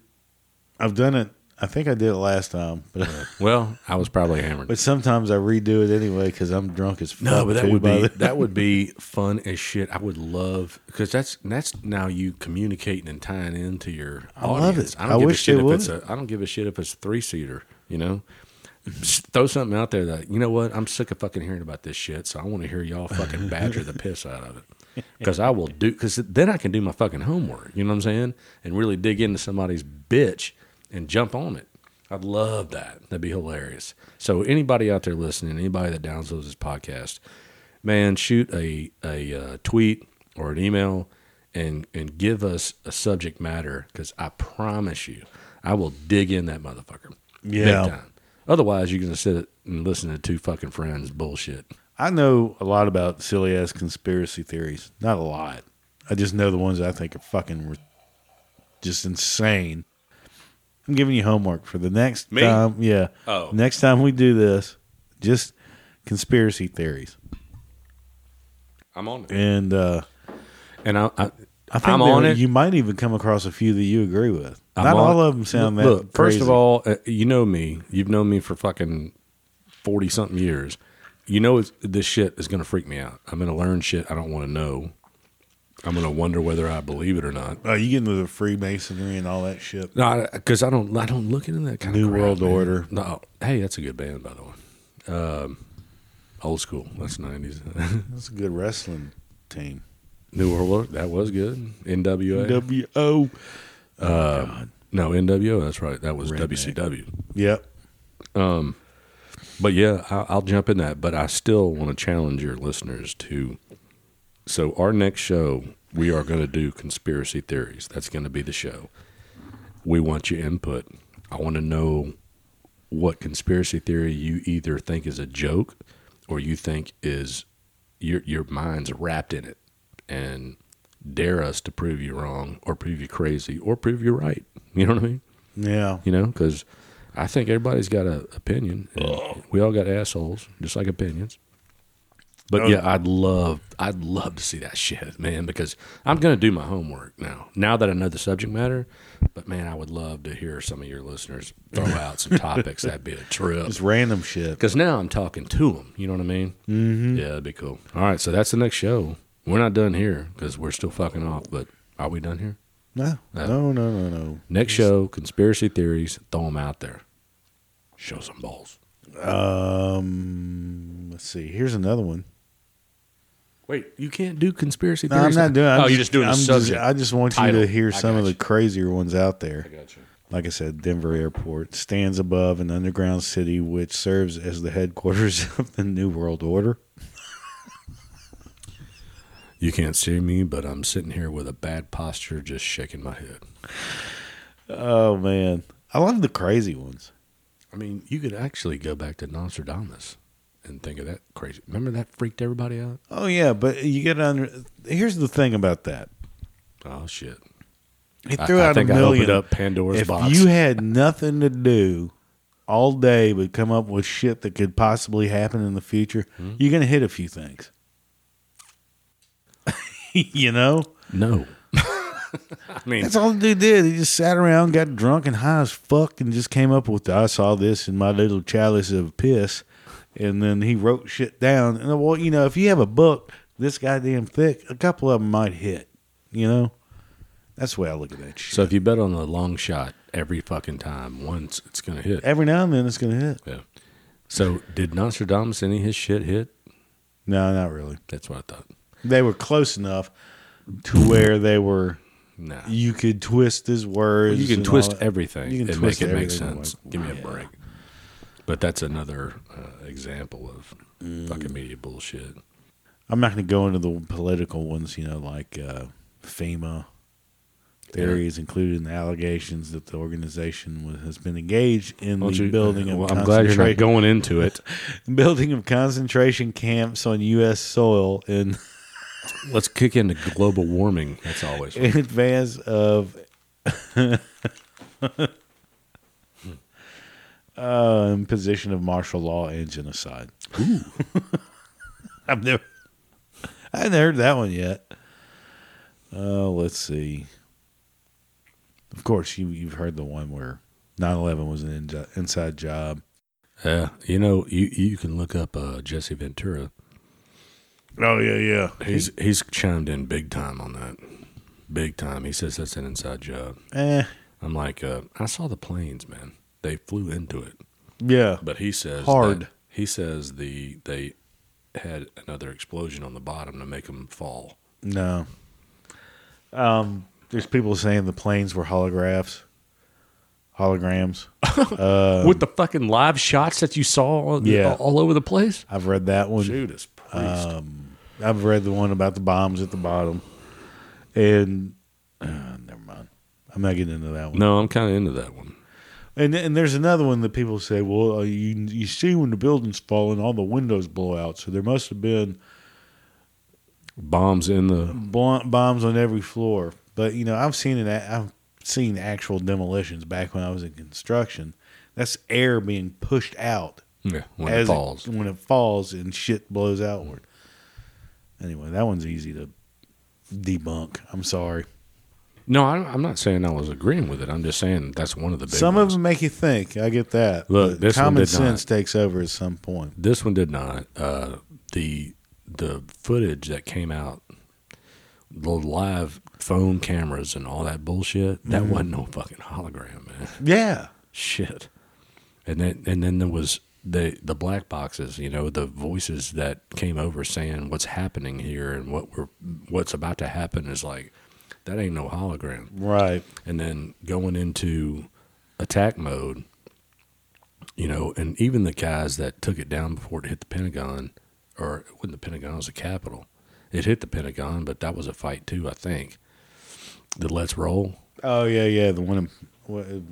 S2: I've done it. I think I did it last time, but
S1: Well, I was probably hammered.
S2: but sometimes I redo it anyway because I'm drunk as fuck.
S1: No, but that
S2: too,
S1: would
S2: by
S1: be
S2: the-
S1: that would be fun as shit. I would love because that's that's now you communicating and tying into your
S2: I love
S1: audience.
S2: it. I wish they
S1: a shit if
S2: would.
S1: it's a I don't give a shit if it's three seater. You know, Just throw something out there that you know what I'm sick of fucking hearing about this shit. So I want to hear y'all fucking badger the piss out of it because I will do because then I can do my fucking homework. You know what I'm saying? And really dig into somebody's bitch and jump on it. I'd love that. That'd be hilarious. So anybody out there listening, anybody that downloads this podcast, man, shoot a a uh, tweet or an email and and give us a subject matter because I promise you, I will dig in that motherfucker.
S2: Yeah.
S1: Otherwise, you're gonna sit and listen to two fucking friends bullshit.
S2: I know a lot about silly ass conspiracy theories. Not a lot. I just know the ones I think are fucking re- just insane. I'm giving you homework for the next
S1: Me?
S2: time. Yeah.
S1: Oh.
S2: Next time we do this, just conspiracy theories.
S1: I'm on it,
S2: And uh,
S1: and I, I
S2: I think
S1: I'm
S2: there-
S1: on it.
S2: you might even come across a few that you agree with.
S1: I'm
S2: Not
S1: on-
S2: all of them sound that.
S1: Look, first of
S2: crazy.
S1: all, uh, you know me. You've known me for fucking forty something years. You know it's, this shit is gonna freak me out. I'm gonna learn shit I don't want to know. I'm gonna wonder whether I believe it or not.
S2: oh, you get into the Freemasonry and all that shit.
S1: No, because I don't. I don't look into that kind
S2: New
S1: of crap,
S2: World
S1: man.
S2: Order.
S1: No, hey, that's a good band by the way. Um, old school. That's nineties.
S2: That's a good wrestling team.
S1: New World Order. That was good. Uh, NWA.
S2: W O.
S1: no, NWO. That's right. That was
S2: Redneck.
S1: WCW.
S2: Yep.
S1: But yeah, I, I'll jump in that. But I still want to challenge your listeners to. So our next show, we are going to do conspiracy theories. That's going to be the show. We want your input. I want to know what conspiracy theory you either think is a joke, or you think is your your mind's wrapped in it, and dare us to prove you wrong, or prove you crazy, or prove you right. You know what I mean?
S2: Yeah.
S1: you know, because I think everybody's got an opinion. and We all got assholes, just like opinions. But yeah, I'd love, I'd love to see that shit, man, because I'm gonna do my homework now. Now that I know the subject matter, but man, I would love to hear some of your listeners throw out some topics. That'd be a trip.
S2: Just random shit.
S1: Because now I'm talking to them. You know what I mean? Mm-hmm. Yeah, that'd be cool. All right, so that's the next show. We're not done here because we're still fucking off. But are we done here?
S2: No. No, no, no, no.
S1: Next show, conspiracy theories, throw them out there. Show some balls.
S2: Um, let's see. Here's another one.
S1: Wait, you can't do conspiracy
S2: No, I'm not doing. I'm
S1: oh, you're just doing
S2: I'm
S1: a subject.
S2: I just want
S1: Title.
S2: you to hear
S1: I
S2: some of
S1: got
S2: the
S1: you.
S2: crazier ones out there.
S1: got you.
S2: Like I said, Denver Airport stands above an underground city which serves as the headquarters of the New World Order.
S1: You can't see me, but I'm sitting here with a bad posture, just shaking my head.
S2: Oh man, I love the crazy ones.
S1: I mean, you could actually go back to Nostradamus and think of that crazy. Remember that freaked everybody out?
S2: Oh yeah, but you get under. Here's the thing about that.
S1: Oh shit!
S2: He
S1: I-
S2: threw
S1: I
S2: out
S1: think
S2: a
S1: I
S2: million.
S1: opened up Pandora's
S2: if
S1: box.
S2: you had nothing to do all day but come up with shit that could possibly happen in the future,
S1: Hmm?
S2: you're gonna hit a few things. you know,
S1: No. I mean,
S2: that's all the dude did. He just sat around, got drunk and high as fuck, and just came up with I saw this in my little chalice of piss, and then he wrote shit down. And well, you know, if you have a book this goddamn thick, a couple of them might hit. You know, that's the way I look at that shit.
S1: so if you bet on the long shot every fucking time, once it's gonna hit.
S2: Every now and then, it's gonna hit.
S1: Yeah. So did Nostradamus any of his shit hit?
S2: No, not really.
S1: That's what I thought.
S2: They were close enough to where they were.
S1: Nah.
S2: You could twist his words.
S1: You can
S2: and all
S1: twist
S2: that.
S1: everything
S2: You can
S1: and
S2: twist
S1: make it make
S2: everything away.
S1: sense. Give me a
S2: Yeah.
S1: break. But that's another uh, example of
S2: Mm.
S1: fucking media bullshit.
S2: I'm not going to go into the political ones. You know, like uh, FEMA theories, including the allegations that the organization was, has been engaged in
S1: Don't
S2: the
S1: you- uh,
S2: building of
S1: well, I'm glad you're not
S2: concentra-
S1: going into it.
S2: building of concentration camps on U.S. soil in
S1: Let's kick into global warming. That's always
S2: in advance of. Uh, imposition of martial law and genocide. I've never, I hadn't heard that one yet. Uh, let's see. Of course, you you've heard the one where 9-11 was an in- inside job.
S1: Yeah, you know, you you can look up uh, Jesse Ventura.
S2: Oh yeah, yeah.
S1: He's he's chimed in big time on that. Big time. He says that's an inside job.
S2: Eh,
S1: I'm like, uh, I saw the planes, man. They flew into it.
S2: yeah.
S1: But he says
S2: Hard.
S1: that- he says the they had another explosion on the bottom to make them fall.
S2: No. Um, there's people saying the planes were holographs, holograms.
S1: With the fucking live shots that you saw
S2: Um, Yeah. Um,
S1: all over the place.
S2: I've read that one.
S1: Judas Priest.
S2: I've read the one about the bombs at the bottom. And uh, never mind. I'm not getting into that one.
S1: No, I'm kind of into that one.
S2: And and there's another one that people say, well, uh, you you see when the building's falling, all the windows blow out, so there must have been
S1: Bombs in the
S2: bl- bombs on every floor. But you know, I've seen it. I've seen actual demolitions back when I was in construction. That's air being pushed out
S1: yeah, when
S2: as
S1: it falls.
S2: when it falls and shit blows outward. Anyway, that one's easy to debunk. I'm sorry.
S1: no, I'm, I'm not saying I was agreeing with it. I'm just saying that's one of the big
S2: some
S1: ones.
S2: of them make you think. I get that.
S1: Look,
S2: but
S1: this one
S2: common
S1: did not.
S2: sense takes over at some point.
S1: This one did not. Uh, the the footage that came out, the live phone cameras and all that bullshit, that wasn't no fucking hologram, man.
S2: Yeah.
S1: Shit. And then and then there was the the black boxes, you know, the voices that came over saying what's happening here and what we're what's about to happen is like that ain't no hologram
S2: Right.
S1: and then going into attack mode, you know, and even the guys that took it down before it hit the Pentagon, or it wasn't the Pentagon, it was the Capitol. It hit the Pentagon, but that was a fight too, I think. The Let's Roll
S2: Oh yeah, yeah. The one in what, uh,
S1: went,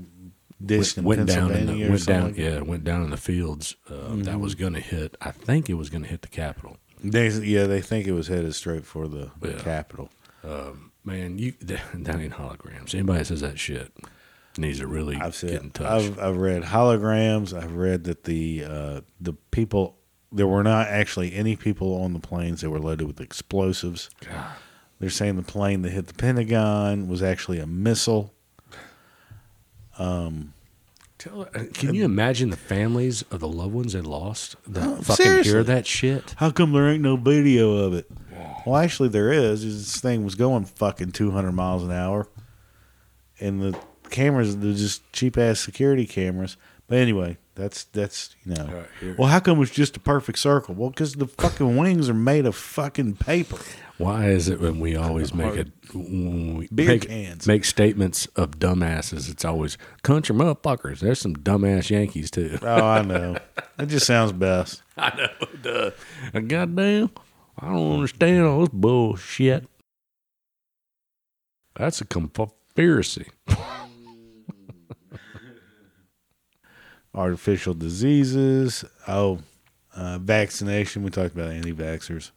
S2: dish in
S1: went down, in
S2: Pennsylvania
S1: the,
S2: or
S1: went
S2: something. Mm-hmm.
S1: down,
S2: like that.
S1: yeah, it went down in the fields. Uh, That was going to hit. I think it was going to hit the Capitol.
S2: They, yeah, they think it was headed straight for the
S1: Yeah.
S2: capital.
S1: Man, you that, that ain't holograms. Anybody that says that shit needs to really
S2: I've
S1: get in
S2: said
S1: touch.
S2: I've, I've read holograms. I've read that the uh, the people there were not actually any people on the planes that were loaded with explosives.
S1: God.
S2: They're saying the plane that hit the Pentagon was actually a missile.
S1: Tell, uh, can you imagine the families of the loved ones they lost that
S2: No,
S1: fucking
S2: seriously.
S1: hear that shit?
S2: How come there ain't no video of it? Well, actually, there is. is This thing was going fucking 200 miles an hour. And the cameras, they're just cheap ass security cameras. But anyway, that's, that's you know.
S1: Right, here.
S2: well, how come it's just a perfect circle? Well, because the fucking wings are made of fucking paper.
S1: Why is it when we always make it, when we
S2: Beer
S1: make,
S2: cans.
S1: make statements of dumbasses? It's always country motherfuckers. There's some dumbass Yankees too.
S2: Oh, I know. that just sounds best.
S1: I know. Duh. And Goddamn, I don't understand all this bullshit. That's a conspiracy.
S2: Artificial diseases. Oh, uh, vaccination. We talked about anti vaxxers.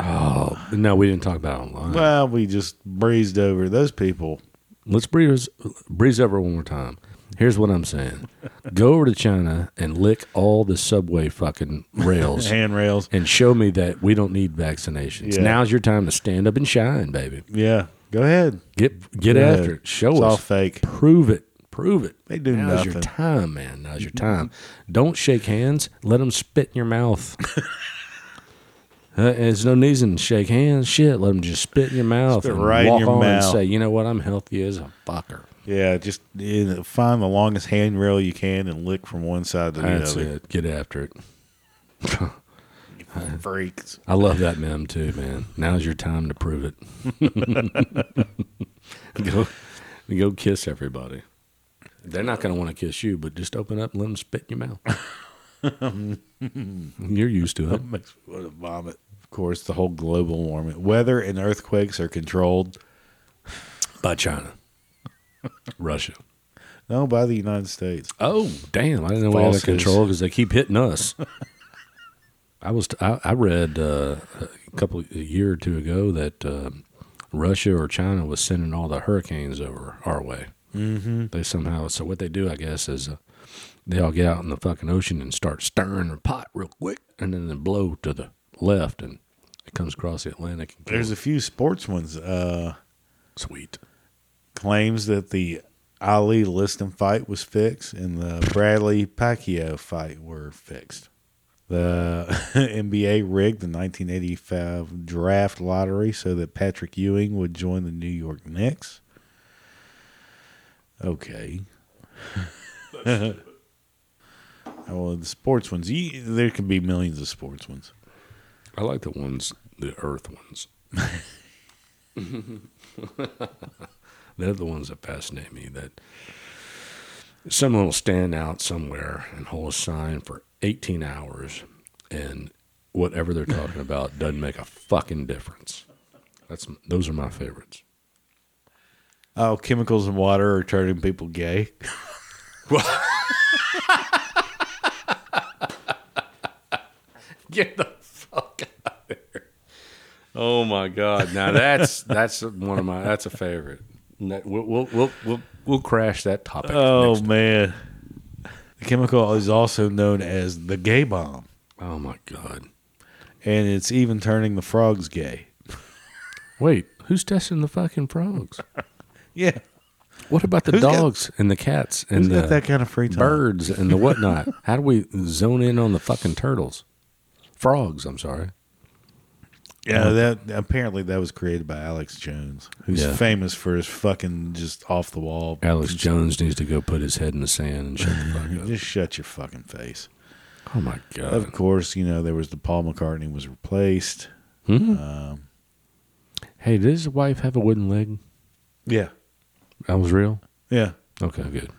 S1: Oh no, we didn't talk about it online.
S2: Well, we just breezed over those people.
S1: let's breeze breeze over it one more time. Here's what I'm saying: go over to China and lick all the subway fucking rails,
S2: Handrails.
S1: and show me that we don't need vaccinations.
S2: Yeah.
S1: Now's your time to stand up and shine, baby.
S2: Yeah, go ahead.
S1: Get get
S2: Go ahead.
S1: after it. Show
S2: it's all
S1: us.
S2: fake.
S1: Prove it. Prove it.
S2: They do
S1: Now's your
S2: nothing.
S1: time, man. Now's your time. Don't shake hands. Let them spit in your mouth. Uh, there's no reason to shake hands. Shit, let them just spit in your mouth
S2: Spit
S1: and
S2: right in
S1: walk
S2: your
S1: on and
S2: mouth.
S1: say, you know what? I'm healthy as a fucker.
S2: Yeah, just you know, find the longest handrail you can and lick from one side to the
S1: That's
S2: other.
S1: it. Get after it.
S2: Freaks.
S1: I love that meme too, man. Now's your time to prove it. go, go kiss everybody. They're not going to want to kiss you, but just open up and let them spit in your mouth. You're used to it.
S2: Makes me want to vomit. Of course, the whole global warming, weather and earthquakes are controlled
S1: By China, Russia.
S2: no by the United States.
S1: Oh, damn! I didn't know we had a
S2: Falses.
S1: control because they keep hitting us. I was I, I read uh, a couple a year or two ago that uh, Russia or China was sending all the hurricanes over our way. Mm-hmm. They somehow so what they do I guess is uh, they all get out in the fucking ocean and start stirring the pot real quick and then they blow to the left and it comes across the Atlantic. And
S2: There's a few sports ones. Uh,
S1: sweet.
S2: claims that the Ali Liston fight was fixed and the Bradley Pacquiao fight were fixed. The NBA rigged the 1985 draft lottery so that Patrick Ewing would join the New York Knicks. Okay. well, the sports ones, you, there can be millions of sports ones.
S1: I like the ones, the Earth ones. They're the ones that fascinate me. That someone will stand out somewhere and hold a sign for 18 hours, and whatever they're talking about doesn't make a fucking difference. That's those are my favorites.
S2: oh, chemicals in water are turning people gay.
S1: Get the fuck out of here. Oh my god. Now that's that's one of my that's a favorite. And that- We'll we'll we'll we'll, we'll crash that topic.
S2: Oh
S1: next-
S2: man, the chemical is also known as the gay bomb,
S1: oh my god.
S2: and it's even turning the frogs gay.
S1: Wait, who's testing the fucking frogs?
S2: Yeah,
S1: What about the
S2: Who's got-
S1: dogs and the cats and
S2: who's
S1: the
S2: got that kind of free time?
S1: birds and the whatnot? How do we zone in on the fucking turtles? Frogs, I'm sorry.
S2: Yeah, that apparently that was created by Alex Jones, who's
S1: Yeah.
S2: famous for his fucking just off the wall.
S1: Alex Jones needs to go put his head in the sand and shut the fuck up.
S2: Just shut your fucking face.
S1: Oh my god.
S2: Of course, you know there was the Paul McCartney was replaced.
S1: Hmm?
S2: um,
S1: Hey, did his wife have a wooden leg?
S2: Yeah,
S1: That was real?
S2: yeah.
S1: Okay, good.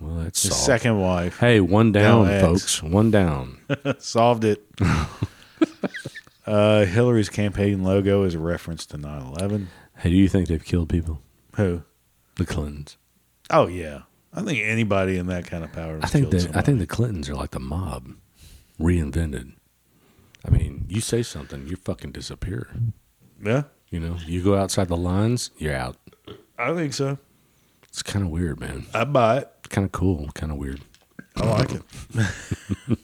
S1: Well, that's
S2: His
S1: solved.
S2: second wife
S1: Hey, one down,
S2: X.
S1: folks. One down.
S2: solved it. uh, Hillary's campaign logo is a reference to 9-11.
S1: hey, do you think they've killed people?
S2: Who?
S1: The Clintons.
S2: Oh yeah, I think anybody in that kind of power.
S1: I think the I think the Clintons are like the mob, reinvented. I mean, you say something, you fucking disappear.
S2: yeah,
S1: You know, you go outside the lines, you're out.
S2: I think so.
S1: It's kind of weird, man.
S2: I buy it.
S1: Kind of cool, kind of weird.
S2: I like it.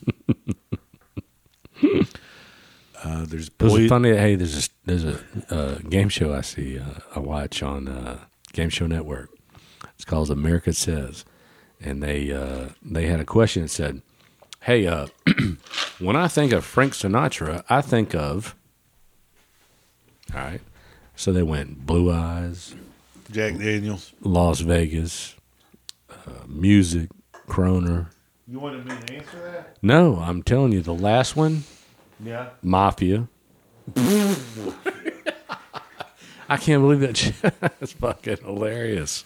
S2: uh, there's
S1: It was
S2: poi-
S1: funny. Hey, there's a, there's a uh, game show I see uh, I watch on uh, Game Show Network. It's called America Says, and they uh, they had a question that said, "Hey, uh, when I think of Frank Sinatra, I think of." All right, so they went Blue Eyes,
S2: Jack Daniels.
S1: Las Vegas, uh, music, Kroner.
S2: You wanted me to answer that?
S1: No, I'm telling you, the last one
S2: Yeah.
S1: Mafia. I can't believe that shit. That's fucking hilarious.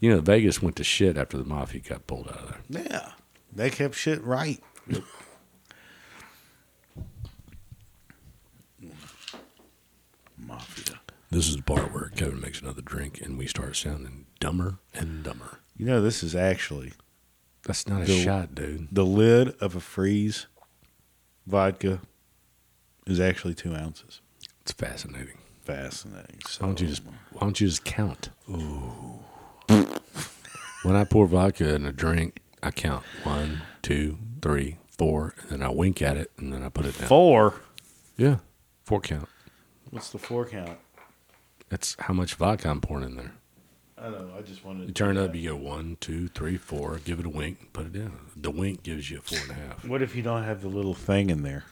S1: You know, Vegas went to shit after the Mafia got pulled out of there.
S2: Yeah. They kept shit right. Mafia.
S1: This is the part where Kevin makes another drink and we start sounding dumber and dumber.
S2: You know, this is actually
S1: That's not a
S2: The-
S1: shot, dude.
S2: the lid of a freeze vodka is actually two ounces.
S1: It's fascinating.
S2: Fascinating. So
S1: Why don't you just why don't you just count? Ooh. when I pour vodka in a drink, I count one, two, three, four, and then I wink at it and then I put it down.
S2: four?
S1: Yeah. Four count.
S2: What's the four count?
S1: That's how much vodka I'm pouring in there.
S2: I don't know. I just wanted
S1: You turn it up, you go one, two, three, four, give it a wink, put it down. The wink gives you a four and a half.
S2: What if you don't have the little thing in there?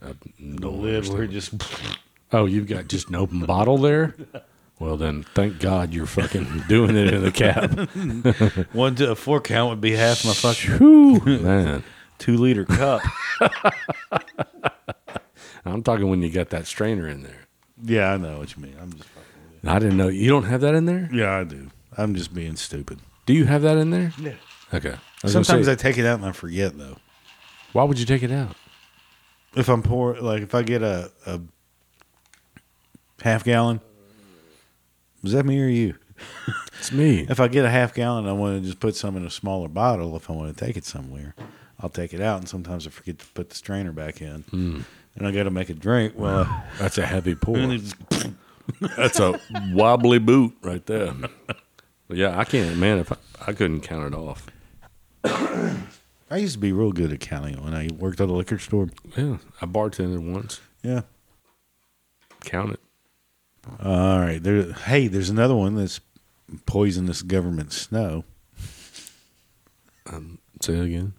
S2: The
S1: No
S2: lid
S1: understand.
S2: where it just
S1: Oh, you've got just an open bottle there? Well, then thank God you're fucking doing it in the cap.
S2: one to a four count would be half my fucking
S1: Whew, man.
S2: two liter cup.
S1: I'm talking when you got that strainer in there.
S2: yeah, I know what you mean. I'm just fucking with
S1: I didn't know. You don't have that in there?
S2: you. yeah, I do. I'm just being stupid.
S1: Do you have that in there?
S2: Yeah.
S1: Okay. I was gonna
S2: Sometimes
S1: say,
S2: I take it out and I forget though.
S1: why would you take it out?
S2: If I'm poor, like if I get a, a half gallon, was that me or you?
S1: It's me.
S2: If I get a half gallon, I want to just put some in a smaller bottle. If I want to take it somewhere, I'll take it out. And sometimes I forget to put the strainer back in, and I got to make a drink. Well,
S1: That's a heavy
S2: and
S1: pour.
S2: it's-
S1: That's a wobbly boot right there. But yeah, I can't, man. If I, I couldn't count it off.
S2: I used to be real good at counting when I worked at a liquor store.
S1: Yeah, I bartended once.
S2: Yeah.
S1: Count it.
S2: All right. There. Hey, there's another one that's poisonous government snow.
S1: Say it again.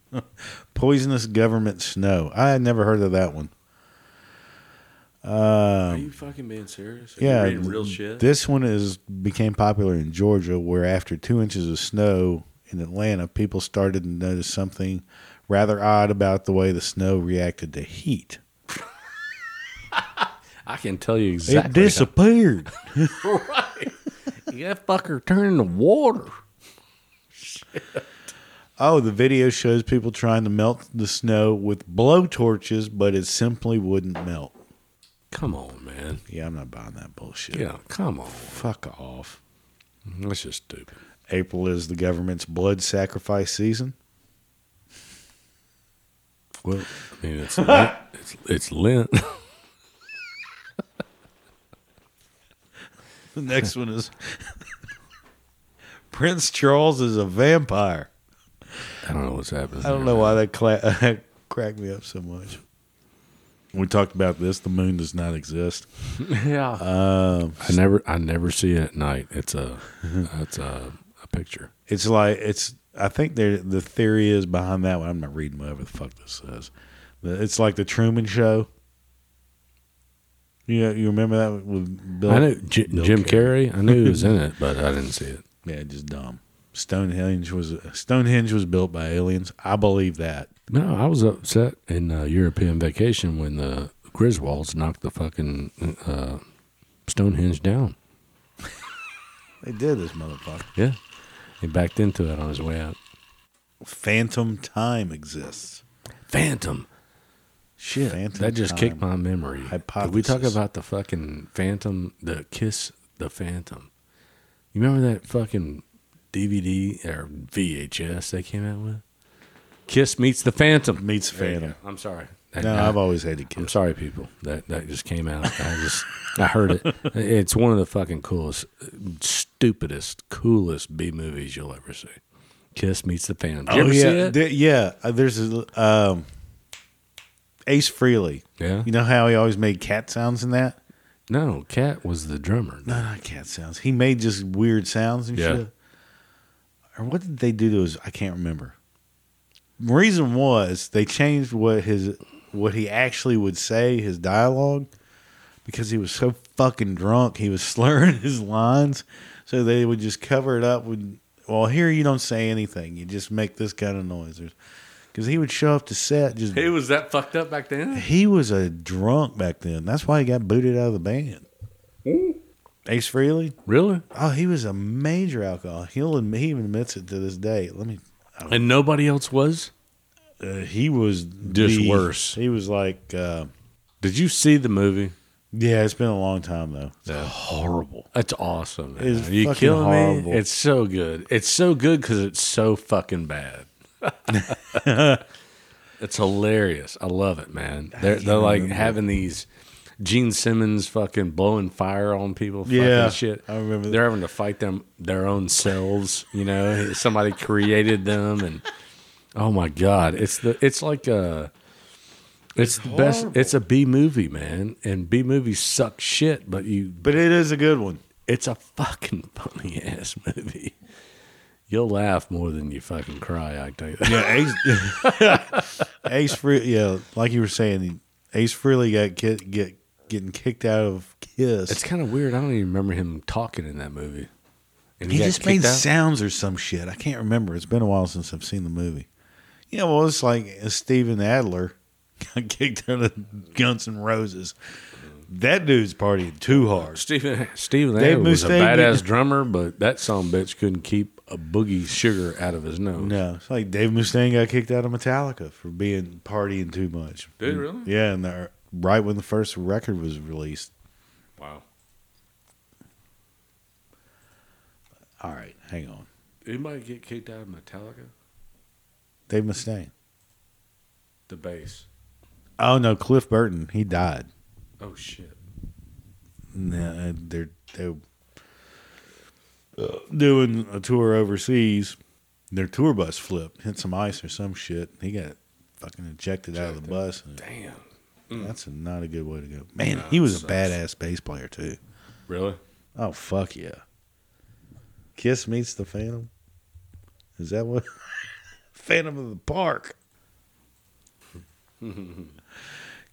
S2: Poisonous government snow. I had never heard of that one.
S1: Are you fucking being serious?
S2: yeah, This one is became popular in Georgia, where after two inches of snow in Atlanta, people started to notice something rather odd about the way the snow reacted to heat.
S1: I can tell you exactly.
S2: It disappeared.
S1: that fucker turned to water.
S2: Oh, the video shows people trying to melt the snow with blow torches, but it simply wouldn't melt.
S1: Come on, man.
S2: Yeah, I'm not buying that bullshit.
S1: Yeah, come on.
S2: Fuck off.
S1: That's just stupid.
S2: April is the government's blood sacrifice season.
S1: Well, I mean, it's Lent. It's, it's Lent.
S2: The next one is Prince Charles is a vampire.
S1: I don't know what's happening.
S2: I don't know why that cla- cracked me up so much. We talked about this. The moon does not exist.
S1: Yeah. I never, I never see it at night. It's a, it's a, a picture.
S2: It's like it's. I think there the theory is behind that one. I'm not reading whatever the fuck this says. The- It's like the Truman Show. You know, you remember that with Bill?
S1: I knew J-
S2: Bill
S1: Jim Carrey. I knew he was in it, but I didn't see it.
S2: Yeah, just dumb. Stonehenge was Stonehenge was built by aliens. I believe that.
S1: No, I was upset in uh, European vacation when the Griswolds knocked the fucking uh, Stonehenge down.
S2: They did this motherfucker.
S1: Yeah, he backed into it on his way out.
S2: Phantom time exists.
S1: Phantom.
S2: Shit, Phantom
S1: That just kicked
S2: time.
S1: my memory. Did we
S2: Hypothesis.
S1: talk about the fucking Phantom, the Kiss the Phantom? You remember that fucking DVD or VHS they came out with? Kiss meets the Phantom.
S2: meets Phantom.
S1: I'm sorry.
S2: No, I've always hated
S1: I'm
S2: kids.
S1: sorry, people. That that just came out. I just I heard it. It's one of the fucking coolest, stupidest, coolest B movies you'll ever see. Kiss meets the Phantom. Oh, Did you ever
S2: Oh, yeah,
S1: see it?
S2: There- yeah. uh, There's a, um, Ace Freely.
S1: yeah.
S2: You know how he always made cat sounds in that?
S1: No, Cat was the drummer.
S2: No, not cat sounds. He made just weird sounds and
S1: Yeah.
S2: shit. Or what did they do to his? I can't remember. Reason was they changed what his what he actually would say his dialogue because he was so fucking drunk he was slurring his lines, so they would just cover it up with. Well, here you don't say anything. You just make this kind of noise. Because he would show up to set just
S1: was that fucked up back then.
S2: he was a drunk back then. That's why he got booted out of the band. Ace Frehley.
S1: Really?
S2: Oh, he was a major alcoholic. He'll admit, he even admits it to this day. Let me.
S1: And nobody else was.
S2: Uh, he was
S1: Just
S2: the-
S1: worse.
S2: He was like, uh,
S1: Did you see the movie?
S2: yeah, it's been a long time though.
S1: horrible. That's awesome. Man.
S2: It's
S1: Are you
S2: fucking
S1: killing
S2: horrible.
S1: me? It's so good. It's so good because it's so fucking bad. it's hilarious. I love it, man. They're they're like having these Gene Simmons fucking blowing fire on people. Fucking
S2: Yeah,
S1: shit.
S2: I remember that.
S1: They're having to fight them their own selves. You know, somebody created them, and oh my god, it's the it's like a. It's, the best.
S2: horrible.
S1: It's a B movie, man, and B movies suck shit. But you
S2: But it is a good one.
S1: it's a fucking funny ass movie. You'll laugh more than you fucking cry. I tell you that.
S2: Yeah, Ace. Ace Frehley. Yeah, like you were saying, he- Ace Frehley got ki- get getting kicked out of Kiss.
S1: It's kind of weird. I don't even remember him talking in that movie. And
S2: he
S1: got
S2: just
S1: kicked
S2: made
S1: out?
S2: sounds or some shit. I can't remember. It's been a while since I've seen the movie. Yeah, well, it's like uh, Steven Adler got kicked out of Guns N' Roses. That dude's partying too hard.
S1: Stephen Stephen
S2: Dave
S1: Adler was a
S2: Mustaine did-
S1: badass drummer, but that son of a bitch couldn't keep a boogie sugar out of his nose.
S2: No, it's like Dave Mustaine got kicked out of Metallica for being partying too much.
S1: Dude, really?
S2: Yeah, and the, right when the first record was released.
S1: Wow.
S2: All right, hang on.
S1: Anybody get kicked out of Metallica?
S2: Dave Mustaine.
S1: The bass.
S2: Oh no, Cliff Burton. He died.
S1: Oh shit.
S2: No, they're they're doing a tour overseas. Their tour bus flipped, hit some ice or some shit. He got fucking ejected out of the bus. And
S1: Damn.
S2: That's not a good way to go. Man, he was a badass bass player too.
S1: Really?
S2: Oh fuck yeah! Kiss meets the Phantom. Is that what? Phantom of the Park.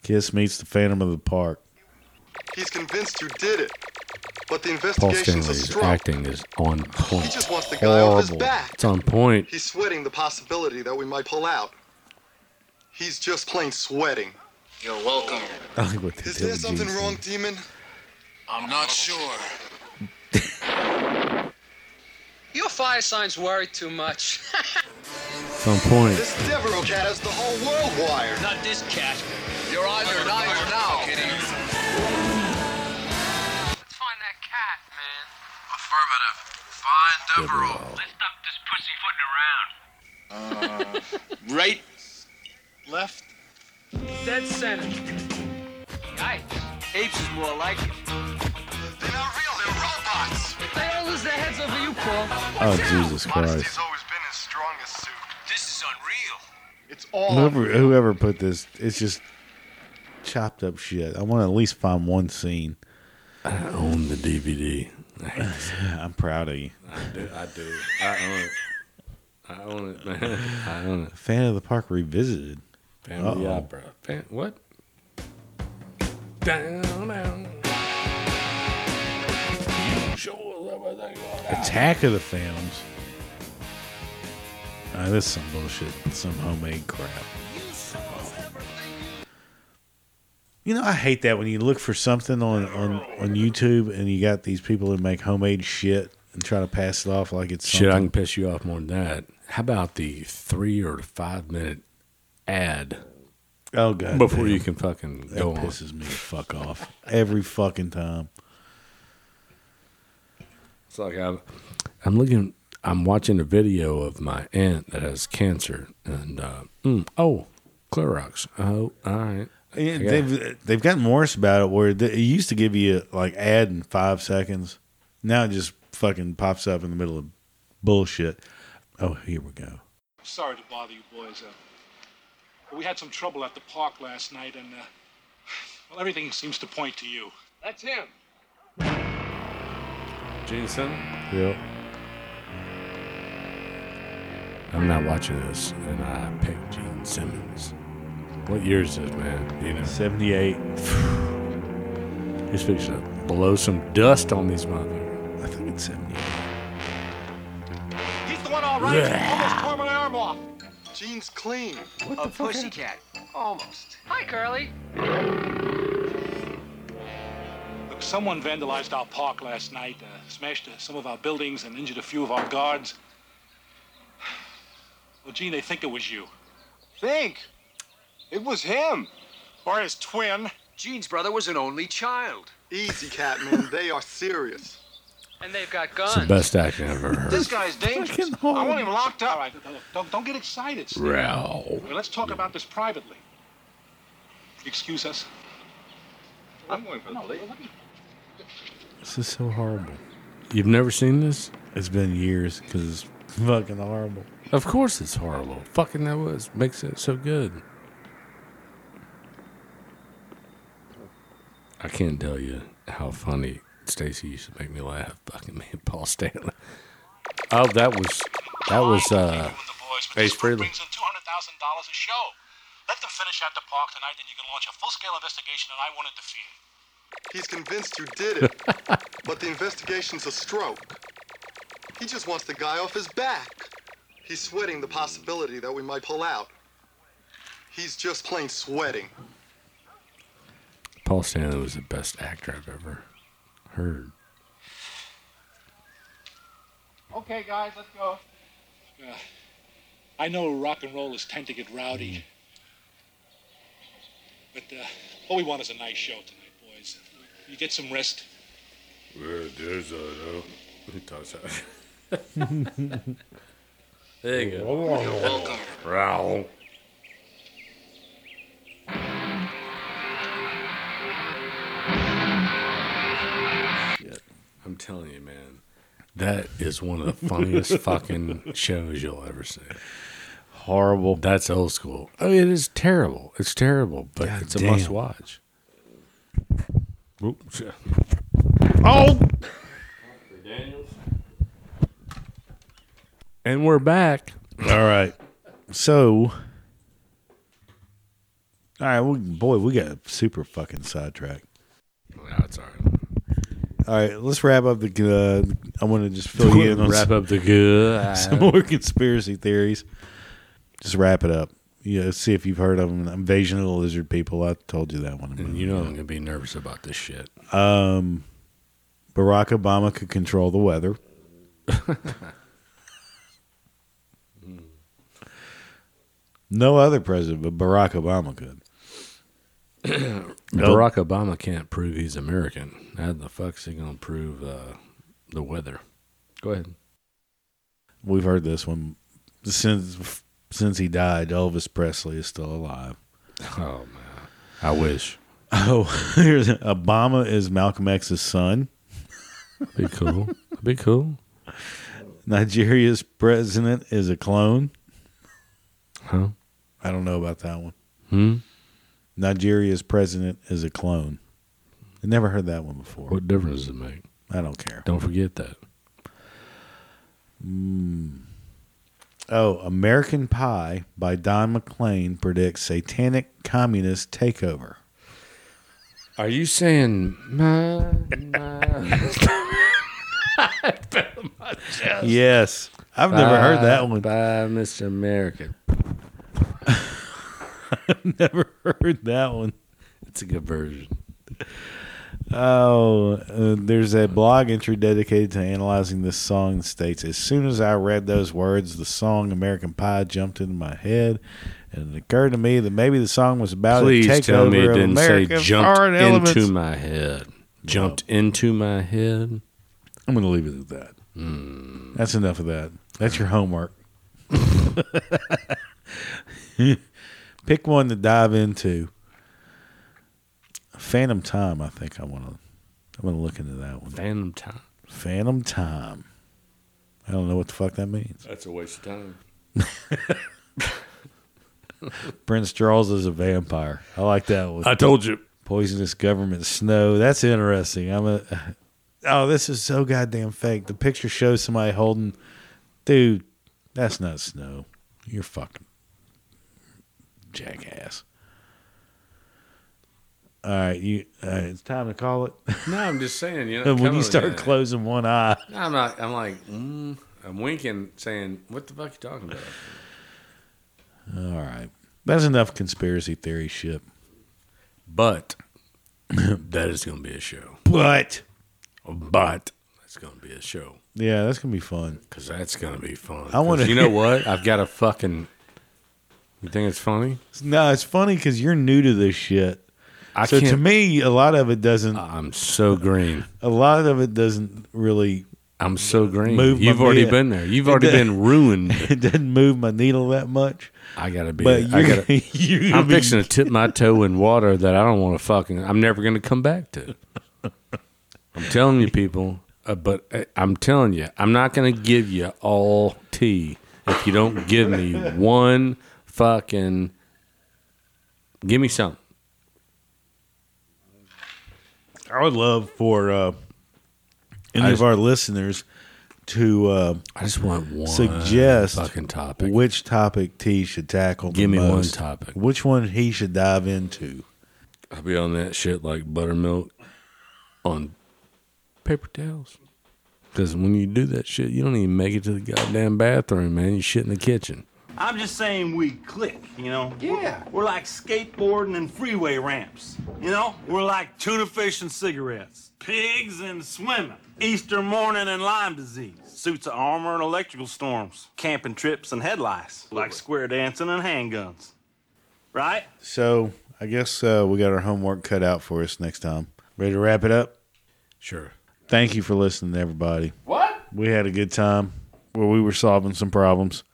S2: Kiss meets the Phantom of the Park.
S4: He's convinced you did it. But the
S1: Paul
S4: investigation's a
S1: Stanley's
S4: struggle.
S1: acting is on
S4: He
S1: point.
S4: just wants the guy off his
S2: Horrible.
S4: back.
S1: It's on point.
S4: He's sweating the possibility that we might pull out. He's just plain sweating.
S5: You're welcome.
S2: I like what they
S4: Is
S2: did
S4: there
S2: with
S4: something
S2: Gene
S4: wrong, demon?
S5: I'm not sure.
S6: Your fire signs worry too much.
S1: It's on point.
S4: This Devereaux cat has the whole world wired.
S6: Not this cat.
S5: You're on your knives now, Kitty.
S6: Let's find that cat, man.
S5: Affirmative.
S1: Devereaux.
S7: stop this pussyfooting around.
S5: Uh, Right, left.
S6: Dead center. Yikes.
S5: Apes is more like it. They're not real. They're robots.
S6: They all lose their heads over you, Paul.
S2: Oh, Jesus Christ.
S4: always been his strongest suit.
S5: This is unreal.
S4: It's all
S2: Whoever, whoever put this, it's just chopped up shit. I want to at least find one scene.
S1: I own the DVD. I hate to say
S2: I'm proud of you.
S1: it. I do. I own it. I own it, man. I own it.
S2: Fan of the Park Revisited.
S1: Family
S2: Uh-oh.
S1: opera. Fam- what? Down, down. You sure love a thing like that.
S2: Attack of the Phantoms. Ah, this is some bullshit. Some homemade crap. You know, I hate that when you look for something on, on, on YouTube and you got these people that make homemade shit and try to pass it off like it's
S1: Shit, I
S2: something.
S1: can piss you off more than that. How about the three or five minute ad
S2: oh god!
S1: before
S2: damn.
S1: you can fucking
S2: that
S1: go on?
S2: pisses me the fuck off every fucking time.
S1: It's like I'm, I'm looking, I'm watching a video of my aunt that has cancer, and uh, mm, oh, Clorox. Oh, all right.
S2: Yeah,
S1: got-
S2: they've they've gotten worse about it. Where they, it used to give you like ad in five seconds, now it just fucking pops up in the middle of bullshit. Oh, here we go.
S8: I'm sorry to bother you boys. Uh, we had some trouble at the park last night, and uh, well, everything seems to point to you.
S6: That's him.
S1: Jason,
S2: Yep.
S1: I'm not watching this, and I picked Gene Simmons. What year is this, man? You know,
S2: Seventy eight.
S1: he's fixing to blow some dust on these motherfuckers.
S2: I think it's seventy eight.
S4: He's the one all right. Almost tore my arm off. Gene's clean.
S5: A pussycat. Almost.
S6: Hi, Curly.
S8: Look, someone vandalized our park last night, uh, smashed uh, some of our buildings, and injured a few of our guards. Well, Gene, they think it was you.
S5: Think. It was him.
S8: Or his twin.
S5: Gene's brother was an only child.
S4: Easy, Catman. they are serious.
S6: And they've got
S1: It's the
S6: guns.
S1: best acting I've ever heard.
S5: This guy's dangerous.
S2: Fucking
S5: I
S2: hard.
S5: want him locked
S8: All
S5: up.
S8: right, look, don't, don't get excited. Steve.
S1: Row.
S8: Well, let's talk about this privately. Excuse us.
S5: I'm going for the lead.
S2: This is so horrible.
S1: You've never seen this?
S2: It's been years because it's fucking horrible.
S1: Of course it's horrible. Fucking that was makes it so good. I can't tell you how funny Stacy used to make me laugh. Fucking me and Paul Stanley. Oh, that was that was uh
S8: with the boys, but
S1: Ace
S8: this group
S1: Frehley.
S8: brings in two hundred thousand dollars a show. Let them finish out the park tonight, and you can launch a full-scale investigation, and I won't interfere.
S4: He's convinced you did it, but the investigation's a stroke. He just wants the guy off his back. He's sweating the possibility that we might pull out. He's just plain sweating.
S1: Paul Stanley was the best actor I've ever heard.
S8: Okay, guys, let's go. I know rock and rollers tend to get
S1: Mm.
S8: rowdy, but uh, all we want is a nice show tonight, boys. You get some rest.
S1: There you go. Row. I'm telling you, man. That is one of the funniest fucking shows you'll ever see.
S2: Horrible.
S1: That's old school. Oh, it is terrible. It's terrible, but
S2: God
S1: it's a
S2: damn.
S1: must watch.
S2: Oh,
S1: And we're back.
S2: All right. So, all right, well, boy, we got super fucking sidetracked.
S1: No, it's all right.
S2: All right, let's wrap up the. Uh, I want to just fill you in on
S1: Wrap
S2: some,
S1: up the good.
S2: some more conspiracy theories. Just wrap it up. You know, see if you've heard of them. Invasion of the lizard people. I told you that one. a
S1: And
S2: minute
S1: you know I'm
S2: ago.
S1: going to be nervous about this shit.
S2: Barack Obama could control the weather. no other president, but Barack Obama could. Nope.
S1: Barack Obama can't prove he's American. How the fuck's he gonna prove uh, the weather? Go ahead.
S2: We've heard this one since since he died. Elvis Presley is still alive.
S1: Oh man, I wish.
S2: Oh, here's Obama is Malcolm X's son.
S1: Be cool. Be cool.
S2: Nigeria's president is a clone.
S1: Huh?
S2: I don't know about that one.
S1: Hmm.
S2: Nigeria's president is a clone. I never heard that one before.
S1: What difference does it make?
S2: I don't care.
S1: Don't forget that.
S2: Oh, American Pie by Don McLean predicts satanic communist takeover.
S1: Are you saying my, my
S2: Yes. Uh, I've never heard that one.
S1: by Mr. American?
S2: never heard that one.
S1: It's a good version.
S2: Oh, uh, there's a blog entry dedicated to analyzing this song that states As soon as I read those words, the song American Pie jumped into my head, and it occurred to me that maybe the song was about
S1: Please
S2: a takeover
S1: tell me it
S2: of
S1: didn't
S2: American
S1: say jumped
S2: foreign
S1: into
S2: elements.
S1: my head. Jumped into my head.
S2: I'm going to leave it at that. That's enough of that. That's your homework. Pick one to dive into. Phantom Time, I think I want to. I'm going to look into that one.
S1: Phantom time.
S2: Phantom Time. I don't know what the fuck that means.
S1: That's a waste of time.
S2: Prince Charles is a vampire. I like that one.
S1: told you.
S2: Poisonous government snow. That's interesting. I'm a. Oh, this is so goddamn fake. The picture shows somebody holding. Dude, that's not snow. You're fucking jackass. All right, you. All right, it's time to call it.
S1: No, I'm just saying. You know,
S2: when you start closing one eye,
S1: I'm not. I'm like, mm, I'm winking, saying, "What the fuck you talking about?"
S2: all right. That's enough conspiracy theory shit.
S1: But that is going to be a show.
S2: But
S1: But that's going to be a show
S2: yeah, that's gonna be fun.
S1: because that's going to be fun.
S2: I wanna-
S1: 'Cause You know what? I've got a fucking. You think it's funny?
S2: No, it's funny because you're new to this shit.
S1: I
S2: so
S1: can't.
S2: to me, a lot of it doesn't.
S1: I'm so green.
S2: a lot of it doesn't really.
S1: I'm so green.
S2: Move my
S1: You've already
S2: bed.
S1: been there. You've already been ruined.
S2: It doesn't move my needle that much.
S1: I gotta be.
S2: But
S1: I
S2: you're,
S1: gotta.
S2: you're gonna
S1: I'm
S2: be-
S1: fixing to tip my toe in water that I don't want to fucking. I'm never going to come back to. I'm telling you, people. Uh, but uh, I'm telling you, I'm not going to give you all tea if you don't give me one fucking. Give me something.
S2: I would love for uh, any
S1: I
S2: of our listeners to uh,
S1: I just want one
S2: Suggest
S1: fucking topic.
S2: which topic T should tackle. the
S1: Give me one
S2: most.
S1: topic.
S2: Which one he should dive into.
S1: I'll be on that shit like buttermilk on paper towels. Because when you do that shit, you don't even make it to the goddamn bathroom, man. You shit in the kitchen.
S9: I'm just saying we click, you know?
S5: Yeah.
S9: We're like skateboarding and freeway ramps, you know? We're like tuna fish and cigarettes, pigs and swimming, Easter morning and Lyme disease, suits of armor and electrical storms, camping trips and head lice, like square dancing and handguns. Right?
S2: So I guess uh, we got our homework cut out for us next time. Ready to wrap it up?
S1: Sure.
S2: Thank you for listening, everybody. What? We had a good time where we were solving some problems.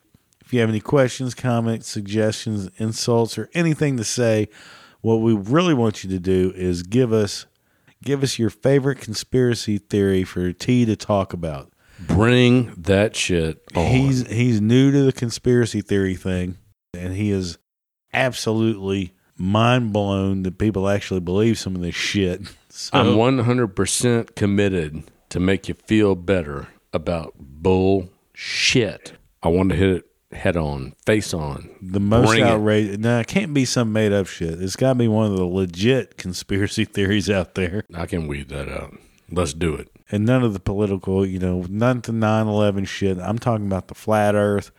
S2: If you have any questions, comments, suggestions, insults, or anything to say, what we really want you to do is give us give us your favorite conspiracy theory for T to talk about.
S1: Bring that shit on.
S2: He's he's new to the conspiracy theory thing, and he is absolutely mind blown that people actually believe some of this shit. So,
S1: I'm 100% committed to make you feel better about bullshit. I want to hit it head on, face on.
S2: The most
S1: Bring it.
S2: outrageous. No, it can't be some made up shit. It's got to be one of the legit conspiracy theories out there.
S1: I can weed that out. Let's do it.
S2: And none of the political, you know, none of the 9 11 shit. I'm talking about the flat earth,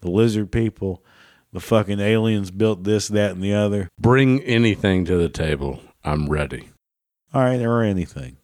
S2: the lizard people, the fucking aliens built this, that, and the other.
S1: Bring anything to the table. I'm ready.
S2: All right, or anything.